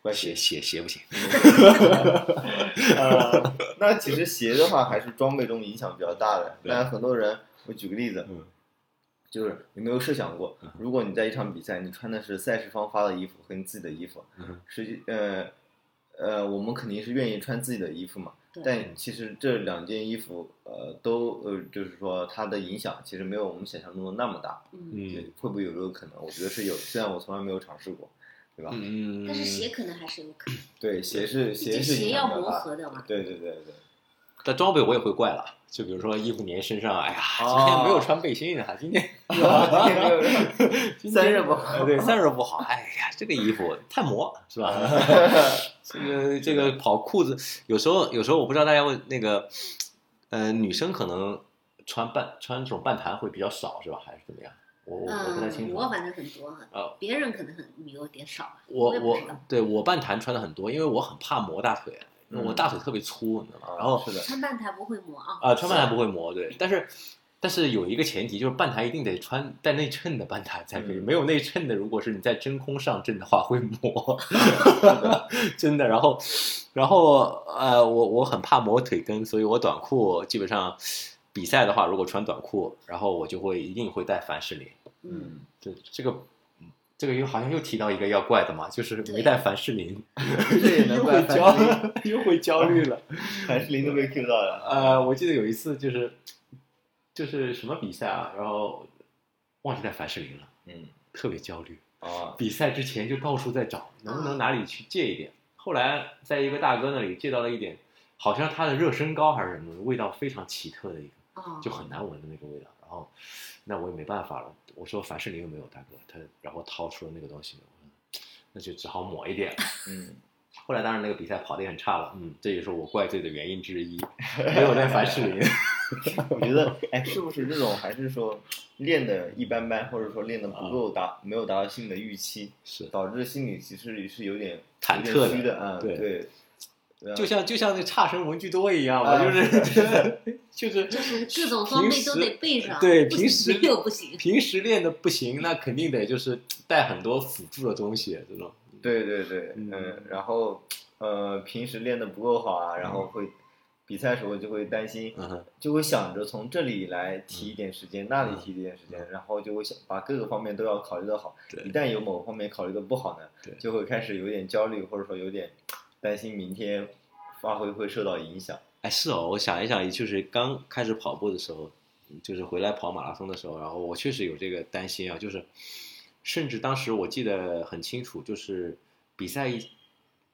怪鞋鞋。鞋鞋不行， *laughs* *laughs* 呃，那其实鞋的话还是装备中影响比较大的。对那很多人，我举个例子，嗯就是有没有设想过嗯，哼如果你在一场比赛，你穿的是赛事方发的衣服和你自己的衣服嗯哼，实际呃呃，我们肯定是愿意穿自己的衣服嘛。对但其实这两件衣服，呃，都呃，就是说它的影响其实没有我们想象中的那么大。嗯，嗯会不会有这个可能？我觉得是有，虽然我从来没有尝试过，对吧？嗯，但是鞋可能还是有可能，对，鞋是毕竟是鞋影响要比较磨大。合的 *laughs* 嘛。对对对对。 *laughs* 但装备我也会怪了，就比如说衣服粘身上，哎呀，今天没有穿背心啊，今天今天散热不好哎对，散热不好，哎呀，这个衣服太磨是 *laughs* 吧？这个这个跑裤子，有时候有时候我不知道大家会那个，呃，女生可能穿半穿这种半弹会比较少是吧？还是怎么样？我我我不太清嗯，楚。我反正很多啊，呃，别人可能很有点少吧，我也不我知道对我半弹穿的很多，因为我很怕磨大腿，因为我嗯大腿特别粗，你知道吗？啊然后是的，穿半台不会磨啊，啊，穿半弹不会磨，对，但是但是有一个前提就是半弹一定得穿带内衬的半弹才可以，嗯没有内衬的，如果是你在真空上阵的话会 *laughs* 磨，真的。然后然后呃，我我很怕磨腿根，所以我短裤基本上比赛的话，如果穿短裤，然后我就会一定会带凡士林。嗯，这这个嗯这个又好像又提到一个要怪的嘛，就是没对带凡士林。这也能怪 *laughs* 又会凡士林，焦，又会焦虑了。凡士林都被 Q 到了。呃，我记得有一次就是就是什么比赛啊，然后忘记带凡士林了，嗯，特别焦虑。哦，比赛之前就到处在找，能不能哪里去借一点。后来在一个大哥那里借到了一点，好像他的热身膏还是什么，味道非常奇特的一个。哦，就很难闻的那个味道。然后，那我也没办法了，我说凡士林有没有，大哥？他然后掏出了那个东西，我说那就只好抹一点。嗯，后来当然那个比赛跑得也很差了，嗯，这也是我怪罪的原因之一，没有带凡士林。 *laughs* 我觉得，哎，是不是这种还是说练的一般般，或者说练的不够达，没有达到心里的预期，是，导致心里其实是有点忐忑的有点虚的啊，对对，对啊就像就像那差生文具多一样，我啊就是 *laughs* 就是就是各种装备都得备上，对不平时行没有不行，平时练的不行，那肯定得就是带很多辅助的东西，这种。对对对，嗯嗯，然后呃，平时练的不够好啊，然后会比赛时候就会担心，嗯哼，就会想着从这里嗯来提一点时间，那里提一点时间，然后就会想把各个方面都要考虑的好。对一旦有某个方面考虑的不好呢对，就会开始有点焦虑，或者说有点担心明天发挥会受到影响。哎，是哦，我想一想，就是刚开始跑步的时候，就是回来跑马拉松的时候，然后我确实有这个担心啊，就是甚至当时我记得很清楚，就是比赛一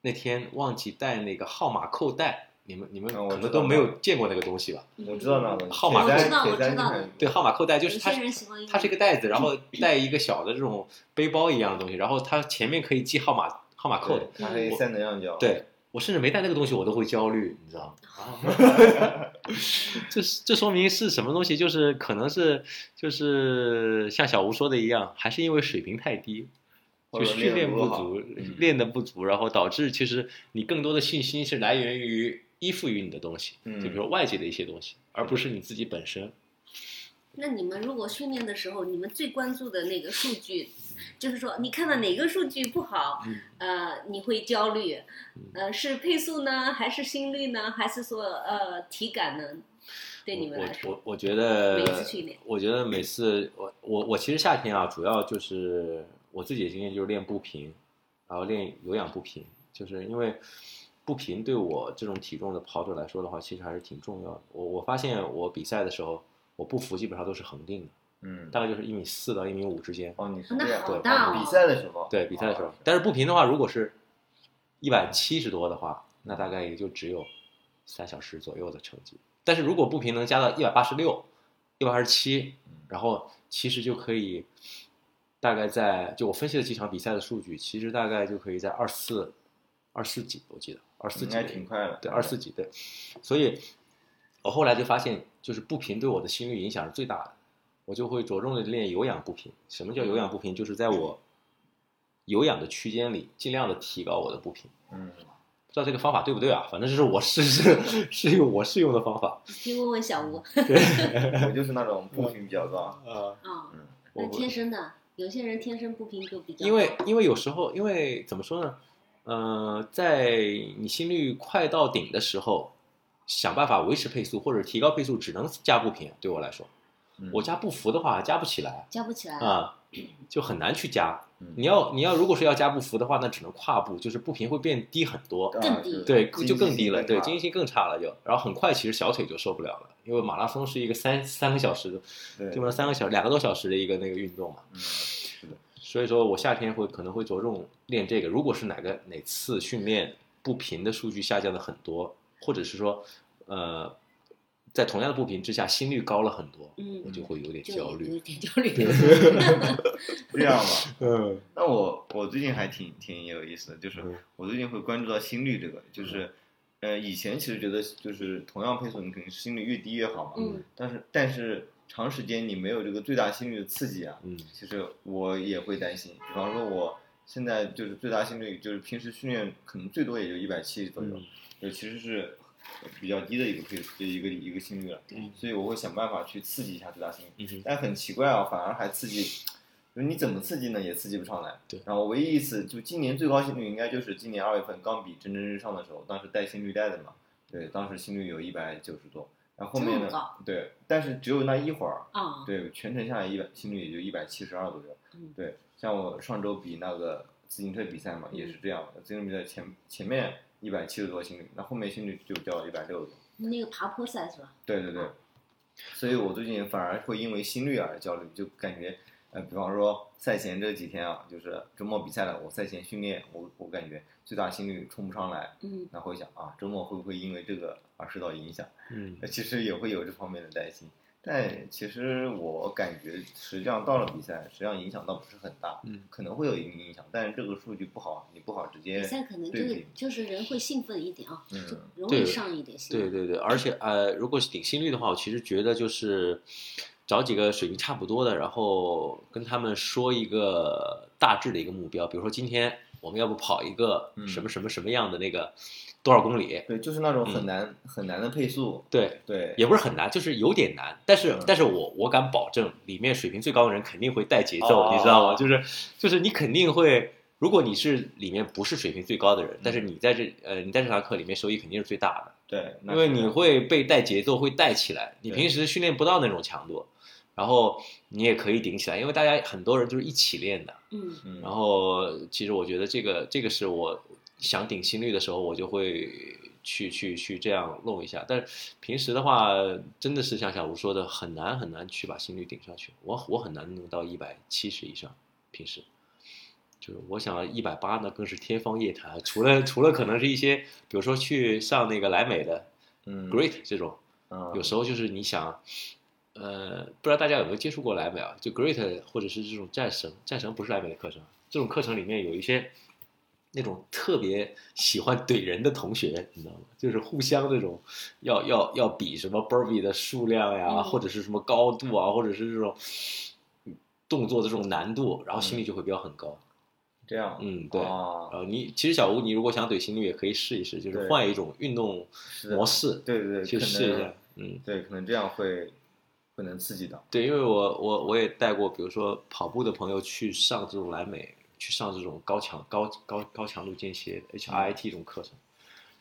那天忘记带那个号码扣带，你们你们嗯我可能知都道没有见过那个东西吧？我知道那个嗯号码铁我知道三，铁三嗯我知道就是对，号码扣带就是有它些是人喜欢用它是一个袋子，然嗯后带一个小的这种背包一样的东西，然后它前面可以系号码号码扣的嗯对，它是三能量胶。，对我甚至没带那个东西，我都会焦虑，你知道吗？哦 *laughs* 这是这说明是什么东西？就是可能是就是像小吴说的一样，还是因为水平太低，或就者训练练得不不好足嗯，练的不足，然后导致其实你更多的信心是来源于依附于你的东西，嗯就比如说外界的一些东西，而不是你自己本身。那你们如果训练的时候，你们最关注的那个数据，就是说你看到哪个数据不好，嗯呃，你会焦虑，呃，是配速呢，还是心率呢，还是说呃体感呢？对你们来我说，我我觉得每次训练我觉得每次我我我其实夏天啊，主要就是我自己的经验就是练步频，然后练有氧步频，就是因为步频对我这种体重的跑者来说的话，其实还是挺重要的。我我发现我比赛的时候，我步幅基本上都是恒定的，嗯，大概就是一米四到一米五之间。哦，你是那这样，好哦大哦比赛的时候，对，比赛的时候哦，但是步频的话，如果是一百七十多的话，那大概也就只有三小时左右的成绩。但是如果步频能加到一百八十六、一百二十七，然后其实就可以大概在就我分析了几场比赛的数据，其实大概就可以在二四、二四几，我记得二四应几该挺快的。对，二四几对，所以我后来就发现，就是步频对我的心率影响是最大的，我就会着重的练有氧步频。什么叫有氧步频？就是在我有氧的区间里，尽量的提高我的步频。嗯，不知道这个方法对不对啊？反正这是我试试试用我试用的方法。去问问小吴啊、我就是那种步频比较高。呃，我啊那不天生的，有些人天生不平就比较，因为因为有时候，因为怎么说呢？呃，在你心率快到顶的时候，想办法维持配速或者提高配速，只能加步频。对我来说，嗯我加不服的话加不起来加不起来，啊、就很难去加嗯。你要你要如果是要加不服的话，那只能跨步，就是步频会变低很多，更低啊对，就更低了，对，经经济性更差了就。然后很快其实小腿就受不了了，因为马拉松是一个三三个小时的，对基本上三个小两个多小时的一个那个运动嘛。嗯所以说我夏天会可能会着重练这个。如果是哪个哪次训练步频的数据下降的很多，或者是说呃在同样的步频之下，心率高了很多，我嗯，就会有点就焦虑。*laughs* 有点焦虑。这样吧。嗯那我我最近还挺挺有意思的，就是嗯我最近会关注到心率这个，就是呃以前其实觉得就是同样配速，你肯定是心率越低越好嘛。嗯但是但是长时间你没有这个最大心率的刺激啊，嗯其实我也会担心。比方说我现在就是最大心率，就是平时训练可能最多也就一百七左右，嗯就其实是比较低的一个配就一个一个心率了。对所以我会想办法去刺激一下最大心率。嗯哼但很奇怪啊，反而还刺激，就是你怎么刺激呢，也刺激不上来。对然后唯一一次就今年最高心率应该就是今年二月份钢笔蒸蒸日上的时候，当时带心率带的嘛，对，当时心率有一百九十多。然后后面这呢么高？对，但是只有那一会儿，啊，对，全程下来一百心率也就一百七十二左右。嗯对，像我上周比那个自行车比赛嘛，也是这样的。自行车比赛前前面一百七十多心率，那后面心率就掉到一百六多。那个爬坡赛是吧？对对对，所以我最近反而会因为心率而焦虑，就感觉，呃，比方说赛前这几天啊，就是周末比赛了，我赛前训练，我我感觉最大心率冲不上来，嗯，那会想啊，周末会不会因为这个而受到影响？ *laughs* 嗯呃，其实也会有这方面的担心，但其实我感觉，实际上到了比赛，实际上影响倒不是很大，嗯可能会有一定影响，但是这个数据不好，你不好直接比，赛可能就对是比就是人会兴奋一点啊，嗯就容对易上一点心。啊对对对，而且呃，如果是顶心率的话，我其实觉得就是找几个水平差不多的，然后跟他们说一个大致的一个目标，比如说今天我们要不跑一个嗯什么什么什么样的那个多少公里？对，就是那种很难、很难的配速，对，对，嗯也不是很难，就是有点难，但是嗯但是我我敢保证，里面水平最高的人肯定会带节奏，哦你知道吗？就是就是你肯定会。如果你是里面不是水平最高的人，但嗯是你在这呃你在这堂课里面收益肯定是最大的，对，那因为是你会被带节奏，会带起来。你对平时训练不到那种强度，然后你也可以顶起来，因为大家很多人就是一起练的。嗯，嗯然后其实我觉得这个这个是我想顶心率的时候，我就会去去去这样弄一下。但是平时的话，真的是像小吴说的，很难很难去把心率顶上去。我我很难弄到一百七十以上，平时。就是我想一百八呢，更是天方夜谭。啊除了除了可能是一些，比如说去上那个莱美的嗯 Great 这种，嗯有时候就是你想，呃，不知道大家有没有接触过莱美啊？就 Great 或者是这种战神，战神不是莱美的课程，这种课程里面有一些那种特别喜欢怼人的同学，你知道吗？就是互相这种要要要比什么 burpee 的数量呀，嗯或者是什么高度啊，或者是这种动作的这种难度，然嗯后心率就会标很高。这样，嗯，对。啊，然后你其实小吴，你如果想怼心率，也可以试一试，就是对换一种运动是的模式对对对，去可试一能下，嗯。对，可能这样会会能刺激到，对，因为我我我也带过，比如说跑步的朋友去上这种莱美，去上这种高强高高高强度间歇 HIIT 这种课程，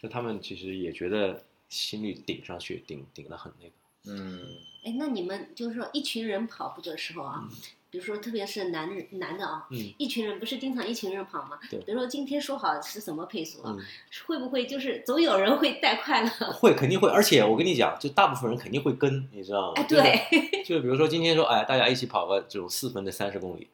就他们其实也觉得心率顶上去，顶顶得很那个。嗯哎，那你们就是说一群人跑步的时候啊，比如说特别是男男的啊，嗯一群人不是经常一群人跑吗？对比如说今天说好是什么配速啊，嗯，会不会就是总有人会带快了？会肯定会，而且我跟你讲，就大部分人肯定会跟，你知道吗？ *laughs* 哎，就是对，就是比如说今天说，哎，大家一起跑个这种四分的三十公里，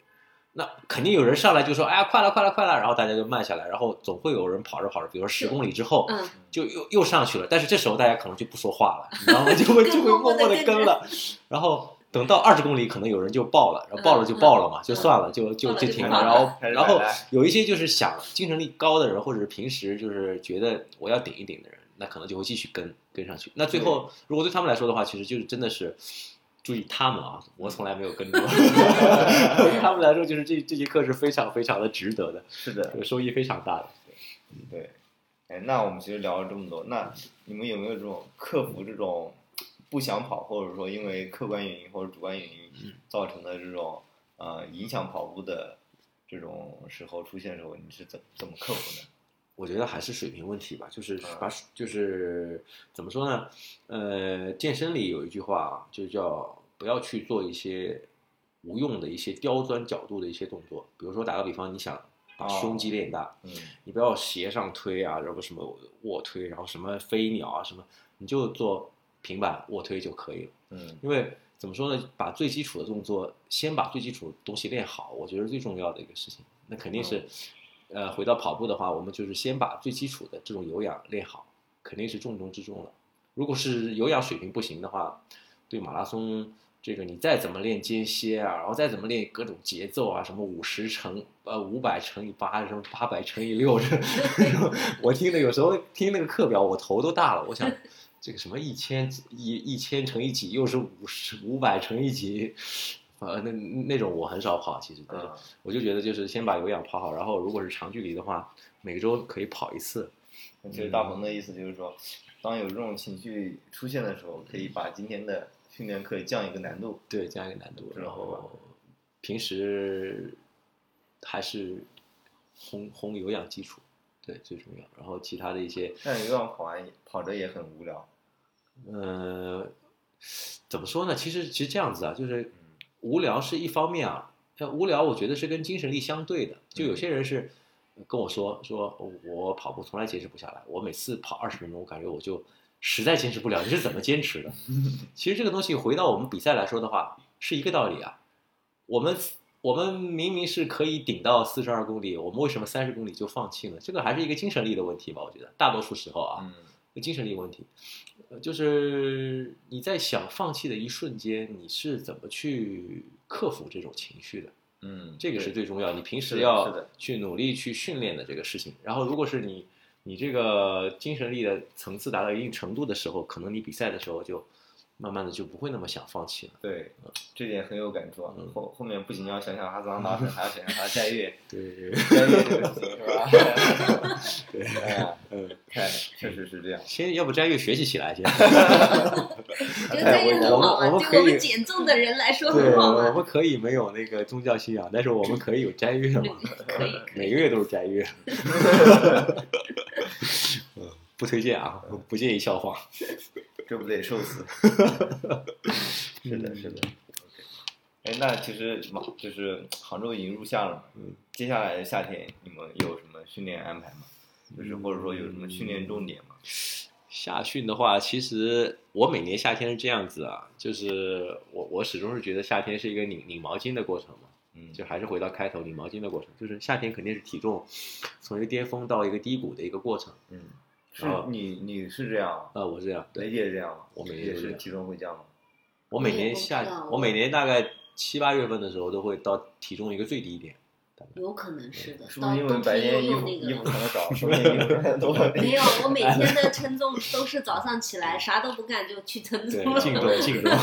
那肯定有人上来就说，哎呀，快了，快了，快了，然后大家就慢下来，然后总会有人跑着跑着，比如说十公里之后， *laughs* 嗯，就又又上去了，但是这时候大家可能就不说话了，然后就 *laughs* 会跟就会默默默默的地跟跟了，然后等到二十公里，可能有人就爆了，然后爆了就爆了嘛，就嗯算了，就就爆了就停了，爆了然后 *laughs* 开始然后摆烂有一些就是想精神力高的人，或者是平时就是觉得我要顶一顶的人，那可能就会继续跟跟上去。那最后如果对他们来说的话，其实就是真的是。注意他们啊，我从来没有跟 *laughs* 过。对他们来说，就是这这节课是非常非常的值得的，是的，这个收益非常大的。对，哎，那我们其实聊了这么多，那你们有没有这种克服这种不想跑，或者说因为客观原因或者主观原因嗯造成的这种呃影响跑步的这种时候出现的时候，你是怎怎么克服的？我觉得还是水平问题吧，就是把就是怎么说呢？呃，健身里有一句话啊，就叫不要去做一些无用的一些刁钻角度的一些动作。比如说打个比方，你想把哦胸肌练大，嗯你不要斜上推啊，然后什么卧推，然后什么飞鸟啊什么，你就做平板卧推就可以了。嗯因为怎么说呢，把最基础的动作，先把最基础的东西练好，我觉得是最重要的一个事情。那肯定是，呃，回到跑步的话，我们就是先把最基础的这种有氧练好，肯定是重中之重了。如果是有氧水平不行的话，对马拉松这个你再怎么练间歇啊，然后再怎么练各种节奏啊，什么五十乘呃五百乘以八，什么八百乘以六，这 *laughs* 我听的有时候听那个课表我头都大了，我想。这个什么一千一一千乘以几，又是五十五百乘以几，呃，那那种我很少跑，其实，但是嗯我就觉得就是先把有氧跑好，然后如果是长距离的话，每周可以跑一次，其实大鹏的意思就是说，当有这种情绪出现的时候，可以把今天的训练课降一个难度。对，这样一个难度。是的然后平时还是轰轰有氧基础，对，最重要。然后其他的一些但有氧跑完也跑着也很无聊。呃，怎么说呢？其实其实这样子啊，就是无聊是一方面啊，但无聊我觉得是跟精神力相对的。就有些人是跟我说说，我跑步从来坚持不下来，我每次跑二十分钟，我感觉我就实在坚持不了。你是怎么坚持的？ *laughs* 其实这个东西回到我们比赛来说的话，是一个道理啊。我们我们明明是可以顶到四十二公里，我们为什么三十公里就放弃呢？这个还是一个精神力的问题吧，我觉得大多数时候啊。嗯精神力问题，呃，就是你在想放弃的一瞬间，你是怎么去克服这种情绪的？嗯，这个是对最重要，你平是时的是要的去努力去训练的这个事情。然后，如果是你你这个精神力的层次达到一定程度的时候，可能你比赛的时候就慢慢的就不会那么想放弃了。对，这点很有感触啊嗯。后后面不仅要想想哈桑 *laughs* 达成，还要想想他斋月，对，斋月这个事情是吧？ *laughs* 对 *laughs* 哎呀，嗯，看，确实是这样。先要不斋月学习起来先。觉得这个很好我啊，们对可以我们减重的人来说对，很好我啊，们可以没有那个宗教信仰，但是我 *laughs* 们可以有斋月嘛。可 *laughs* 以可每以。个月都是斋月。嗯不推荐啊，不建议效仿。这不得受 *laughs* 死？是的，是嗯的。哎，那其实马就是杭州已经入夏了嘛，嗯接下来的夏天你们有什么训练安排吗？就是或者说有什么训练重点吗？夏训的话，其实我每年夏天是这样子啊，就是我我始终是觉得夏天是一个拧拧毛巾的过程嘛，嗯，就还是回到开头拧毛巾的过程，就是夏天肯定是体重从一个巅峰到一个低谷的一个过程。嗯，是然后你你是这样吗，呃，我是这样，对雷姐是这样吗？我每年也都这是样体重会降吗？我每年夏我也不知道，我每年大概七八月份的时候都会到体重一个最低点。有可能是的，是不到是因为冬白天天衣又服那衣服个了。穿的 *laughs* 少，说明衣服穿的多？没有，我每天的称重都是早上起来啥都不干就去称 *laughs* 对重，了。净重净重，没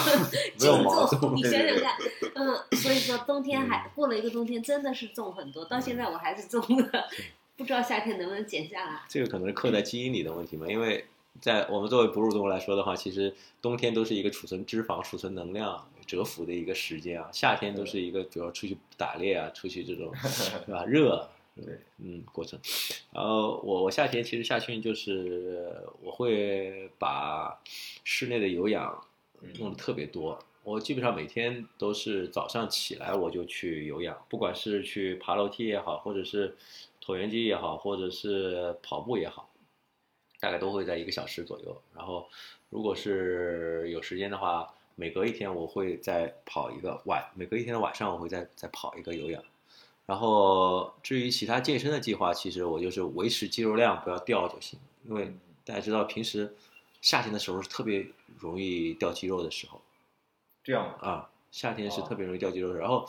静有毛 *laughs* 坐，重你。对想对想对看，嗯，所以说冬天嗯还过了一个冬天，真的是重很多，到现在我还是重的， *laughs* 不知道夏天能不能减下来。这个可能是刻在基因里的问题嘛，因为在我们作为哺乳动物来说的话，其实冬天都是一个储存脂肪、储存能量、蛰伏的一个时间啊，夏天都是一个比如出去打猎啊，出去这种对吧热。对，嗯，过程。然后我我夏天其实夏训就是呃我会把室内的有氧弄嗯得特别多。我基本上每天都是早上起来我就去有氧，不管是去爬楼梯也好，或者是椭圆机也好，或者是跑步也好，大概都会在一个小时左右。然后如果是有时间的话，每隔一天我会再跑一个晚，每隔一天的晚上我会再再跑一个有氧。然后至于其他健身的计划，其实我就是维持肌肉量不要掉就行，因为嗯大家知道平时夏天的时候是特别容易掉肌肉的时候这样吗？啊，夏天是哦特别容易掉肌肉的。然后，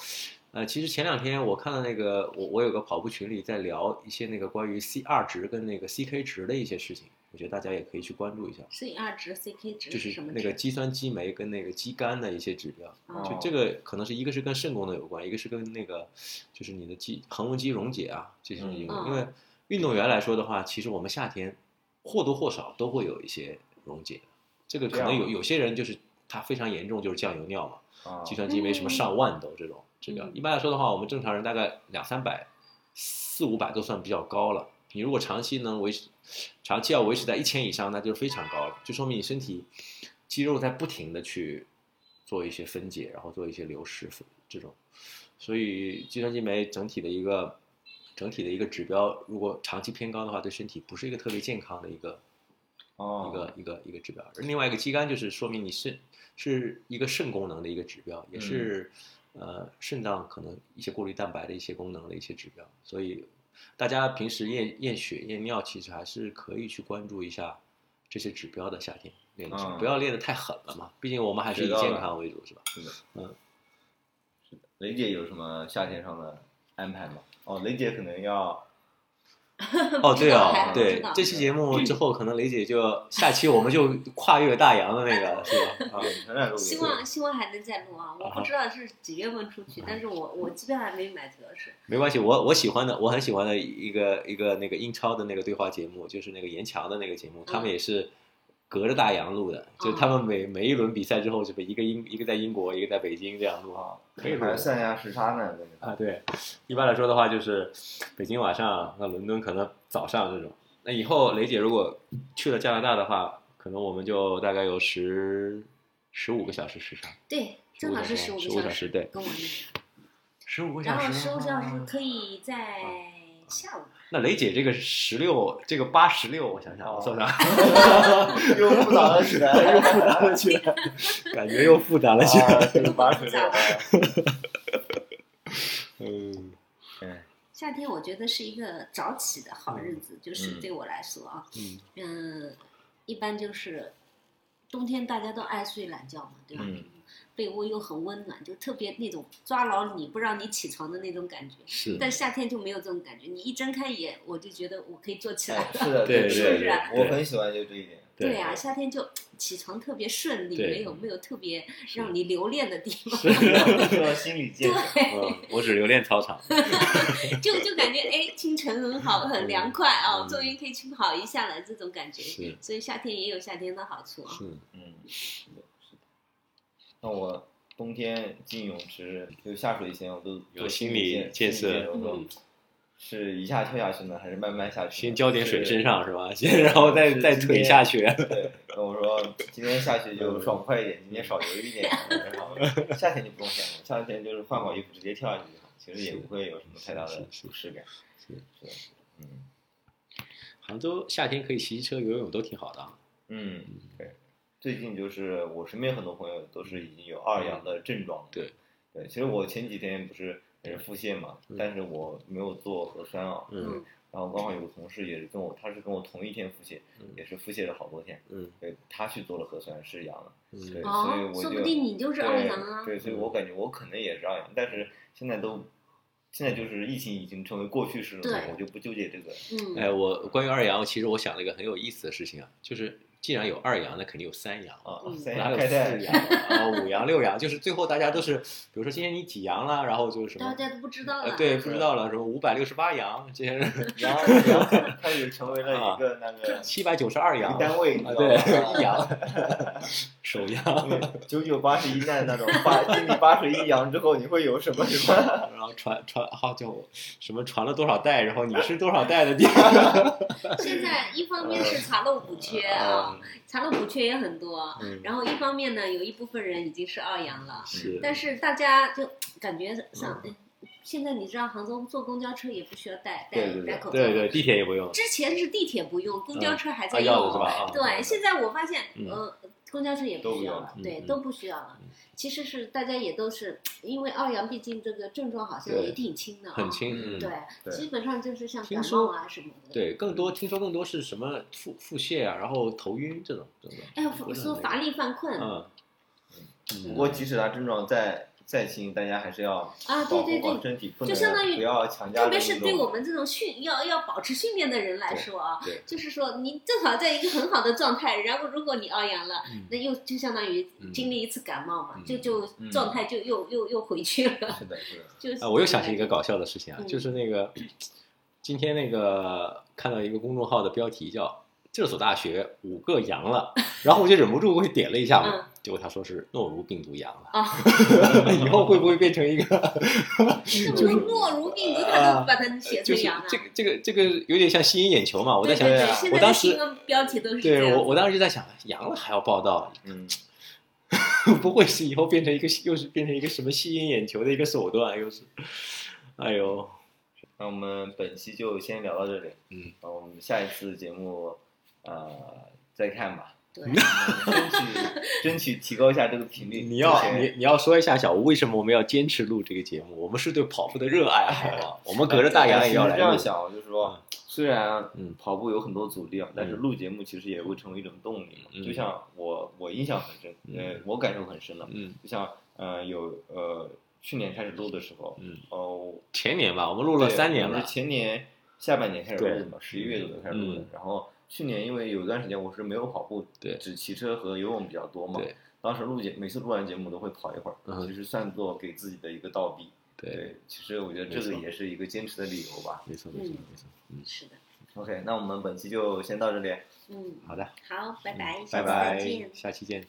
呃，其实前两天我看到那个我我有个跑步群里在聊一些那个关于 C R 值跟那个 C K 值的一些事情，我觉得大家也可以去关注一下，所以二值、CK 值就是是什么那个值？肌酸激酶跟那个肌酐的一些指标。啊就这个可能是一个是跟肾功能有关，一个是跟那个就是你的肌横纹肌溶解啊这些东西有关。嗯因为运动员来说的话，其实我们夏天或多或少都会有一些溶解，这个可能这样有有些人就是他非常严重，就是酱油尿嘛，啊，计算机没什么上万都这种指标。嗯一般来说的话，我们正常人大概两三百、四五百都算比较高了。你如果长期能维持，长期要维持在一千以上，那就是非常高了，就说明你身体肌肉在不停的去做一些分解，然后做一些流失这种。所以计算机酶整体的一个整体的一个指标，如果长期偏高的话，对身体不是一个特别健康的一个哦一个一个一个指标。而另外一个肌酐就是说明你肾是一个肾功能的一个指标，嗯也是、呃肾脏可能一些过滤蛋白的一些功能的一些指标。所以大家平时验验血、验尿，其实还是可以去关注一下这这些指标的夏天练的时候，嗯不要练得太狠了嘛，毕竟我们还是以知道健了康为主，是吧？雷姐有什么夏天上的安排吗？哦，雷姐可能要哦，对哦还，对知道，这期节目之后，可能雷姐就下期我们就跨越大洋的那个，是 *laughs* 吧？啊，全展露希营，望希望还能再录啊！我不知道是几月份出去，但是我我机票还没买，主要是没关系，我我喜欢的，我很喜欢的一个一个那个英超的那个对话节目，就是那个严强的那个节目，嗯他们也是隔着大洋录的，就他们每每一轮比赛之后，是不是一个英一个在英国，一个在北京这样录啊？啊，可以录还是算一下时差呢，真的啊，对，一般来说的话就是北京晚上，那伦敦可能早上这种。那以后雷姐如果去了加拿大的话，可能我们就大概有十十五个小时时差，对，正好是十十五五个个小时15个小小时时，对跟我那十五个个，然小时。啊后十五小时。可以在下午吧。那雷姐这个十六，这个八十六，我想想，我算算， *laughs* 又不早了起来，又不早 *laughs* 了去了，哦感觉又复杂了起来。这个八十六 *laughs* 啊，嗯，嗯夏天我觉得是一个早起的好日子，就是对我来说啊，嗯嗯，一般就是冬天大家都爱睡懒觉嘛，对吧？嗯被窝又很温暖，就特别那种抓牢你不让你起床的那种感觉。是但夏天就没有这种感觉，你一睁开眼，我就觉得我可以坐起来哎了。是的，对对是不是我很喜欢就这一点，对呀、夏天就起床特别顺利，对没有没有特别是让你留恋的地方，需要心理建设。嗯，我只留恋操场。就就感觉哎，清晨很好，很凉快啊、嗯终于可以去跑一下了，这种感觉是。所以夏天也有夏天的好处啊。是，嗯，是的，是的。那我冬天进泳池就下水前，我都有做心理理建建设设，我说嗯是一下跳下去呢，还是慢慢下去呢？先浇点水身上。上是吧？先然后再是再今腿天下去。对，跟我说今天下去嗯就爽快一点，今天少游一点，然 *laughs* 后夏天就不用想了，夏天就是换好衣服直接跳下去就好，其实也不会有什么太大是的是是不适感。是是的，嗯杭州夏天可以骑车、游泳都挺好的啊。嗯，对。最近就是我身边很多朋友都是已经有二阳的症状了。嗯对对，其实我前几天不是也是腹泻嘛，嗯但是我没有做核酸啊。嗯然后刚好有个同事也是跟我，他是跟我同一天腹泻，嗯也是腹泻了好多天。嗯对，他去做了核酸是阳了。对，嗯所以哦我，就说不定你就是二阳啊。对，对，所以我感觉我可能也是二阳，但是现在都，现在就是疫情已经成为过去式了嘛，对我就不纠结这个。嗯，哎，我关于二阳，其实我想了一个很有意思的事情啊，就是既然有二阳，那肯定有三阳。啊，嗯三哪阳有开泰四阳啊、五阳、六阳？就是最后大家都是，比如说今天你几阳了，然后就是什大么，家都不知道呃，*laughs* 了。对，不知道了，什么五百六十八阳，这 *laughs* 些人阳阳开始成为了一个那个七百九十二阳一，单位，你啊，知道 *laughs* 对，吗？啊一阳， *laughs* 首阳，九九八十一难那种，八经你八十一阳之后，你会有什么什么？然后传传，好、叫我什么传了多少代，然后你是多少代 *laughs* 的地方，现在一方面嗯是查漏补缺啊，查漏补缺也很多。 *laughs* 嗯，然后一方面呢，有一部分人已经是二阳 *laughs* 了，是，嗯但是大家就感觉想，哎现在你知道杭州坐公交车也不需要戴戴对对对戴口罩，对对，地铁也不用，之前是地铁不用，公交车还在啊用，要的是吧？啊对，现在我发现，嗯呃，公交车也不需要都了不，用对，嗯都不需要了。其实是大家也都是，因为奥阳毕竟这个症状好像对也挺轻的啊，很轻，嗯对，对基本上就是像听感说冒啊什么的。，对，更多听说更多是什么腹腹泻啊，然后头晕这种，这种哎，我说乏力犯困啊，嗯，不过即使他症状再再轻，大家还是要保对护啊对好对，身体，不就相当能于不要强加特的别那是对我种。们这种训要要保持训练的人来说啊对对，就是说你正好在一个很好的状态，然后如果你奥阳了嗯，那又就相当于嗯经历一次感冒嘛嗯，就就嗯状态就又又又回去了，是的，是的，就是啊，我又想起一个搞笑的事情啊，嗯就是那个今天那个看到一个公众号的标题叫“这所大学五个阳 *laughs* 了”，然后我就忍不住会点了一下嗯嘛，结果他说是诺如病毒阳了， *laughs* 啊。以后会不会变成一个嗯就是诺如病毒，他都把它写啊就成是羊了。这个这个这个有点像吸引眼球嘛？我在对想对，对，啊现我在当的时新闻标题都是这对样我，我当时就在想，阳了还要报道， *laughs* 嗯，不会是以后变成一个又是变成一个什么吸引眼球的一个手段，又是，哎呦，那我们本期就先聊到这里。嗯，那我们下一次节目，呃，再看吧。对，争取争取提高一下这个频率。 *laughs* 你要之前你你要说一下小吴为什么我们要坚持录这个节目？我们是对跑步的热爱，好吧？我们隔着大洋也哎要其实来这样录。想，就是说，虽然嗯跑步有很多阻力啊，但是嗯录节目其实也会成为一种动力嘛。嗯就像我我印象很深，呃，我感受很深了。嗯就像呃有呃去年开始录的时候，嗯，哦，前年吧，我们录了对三年我了是。前年下半年开始录对的嘛，十一月左右开始录的嗯。然后去年因为有一段时间我是没有跑步，对只骑车和游泳比较多嘛对。当时录节每次录完节目都会跑一会嗯儿，其实算作给自己的一个倒逼。对，对，其实我觉得这没个错也是一个坚持的理由吧。没错没错没错。嗯，是的， OK，那我们本期就先到这里。嗯，好的，好，拜拜，嗯下次拜再拜见。下期见。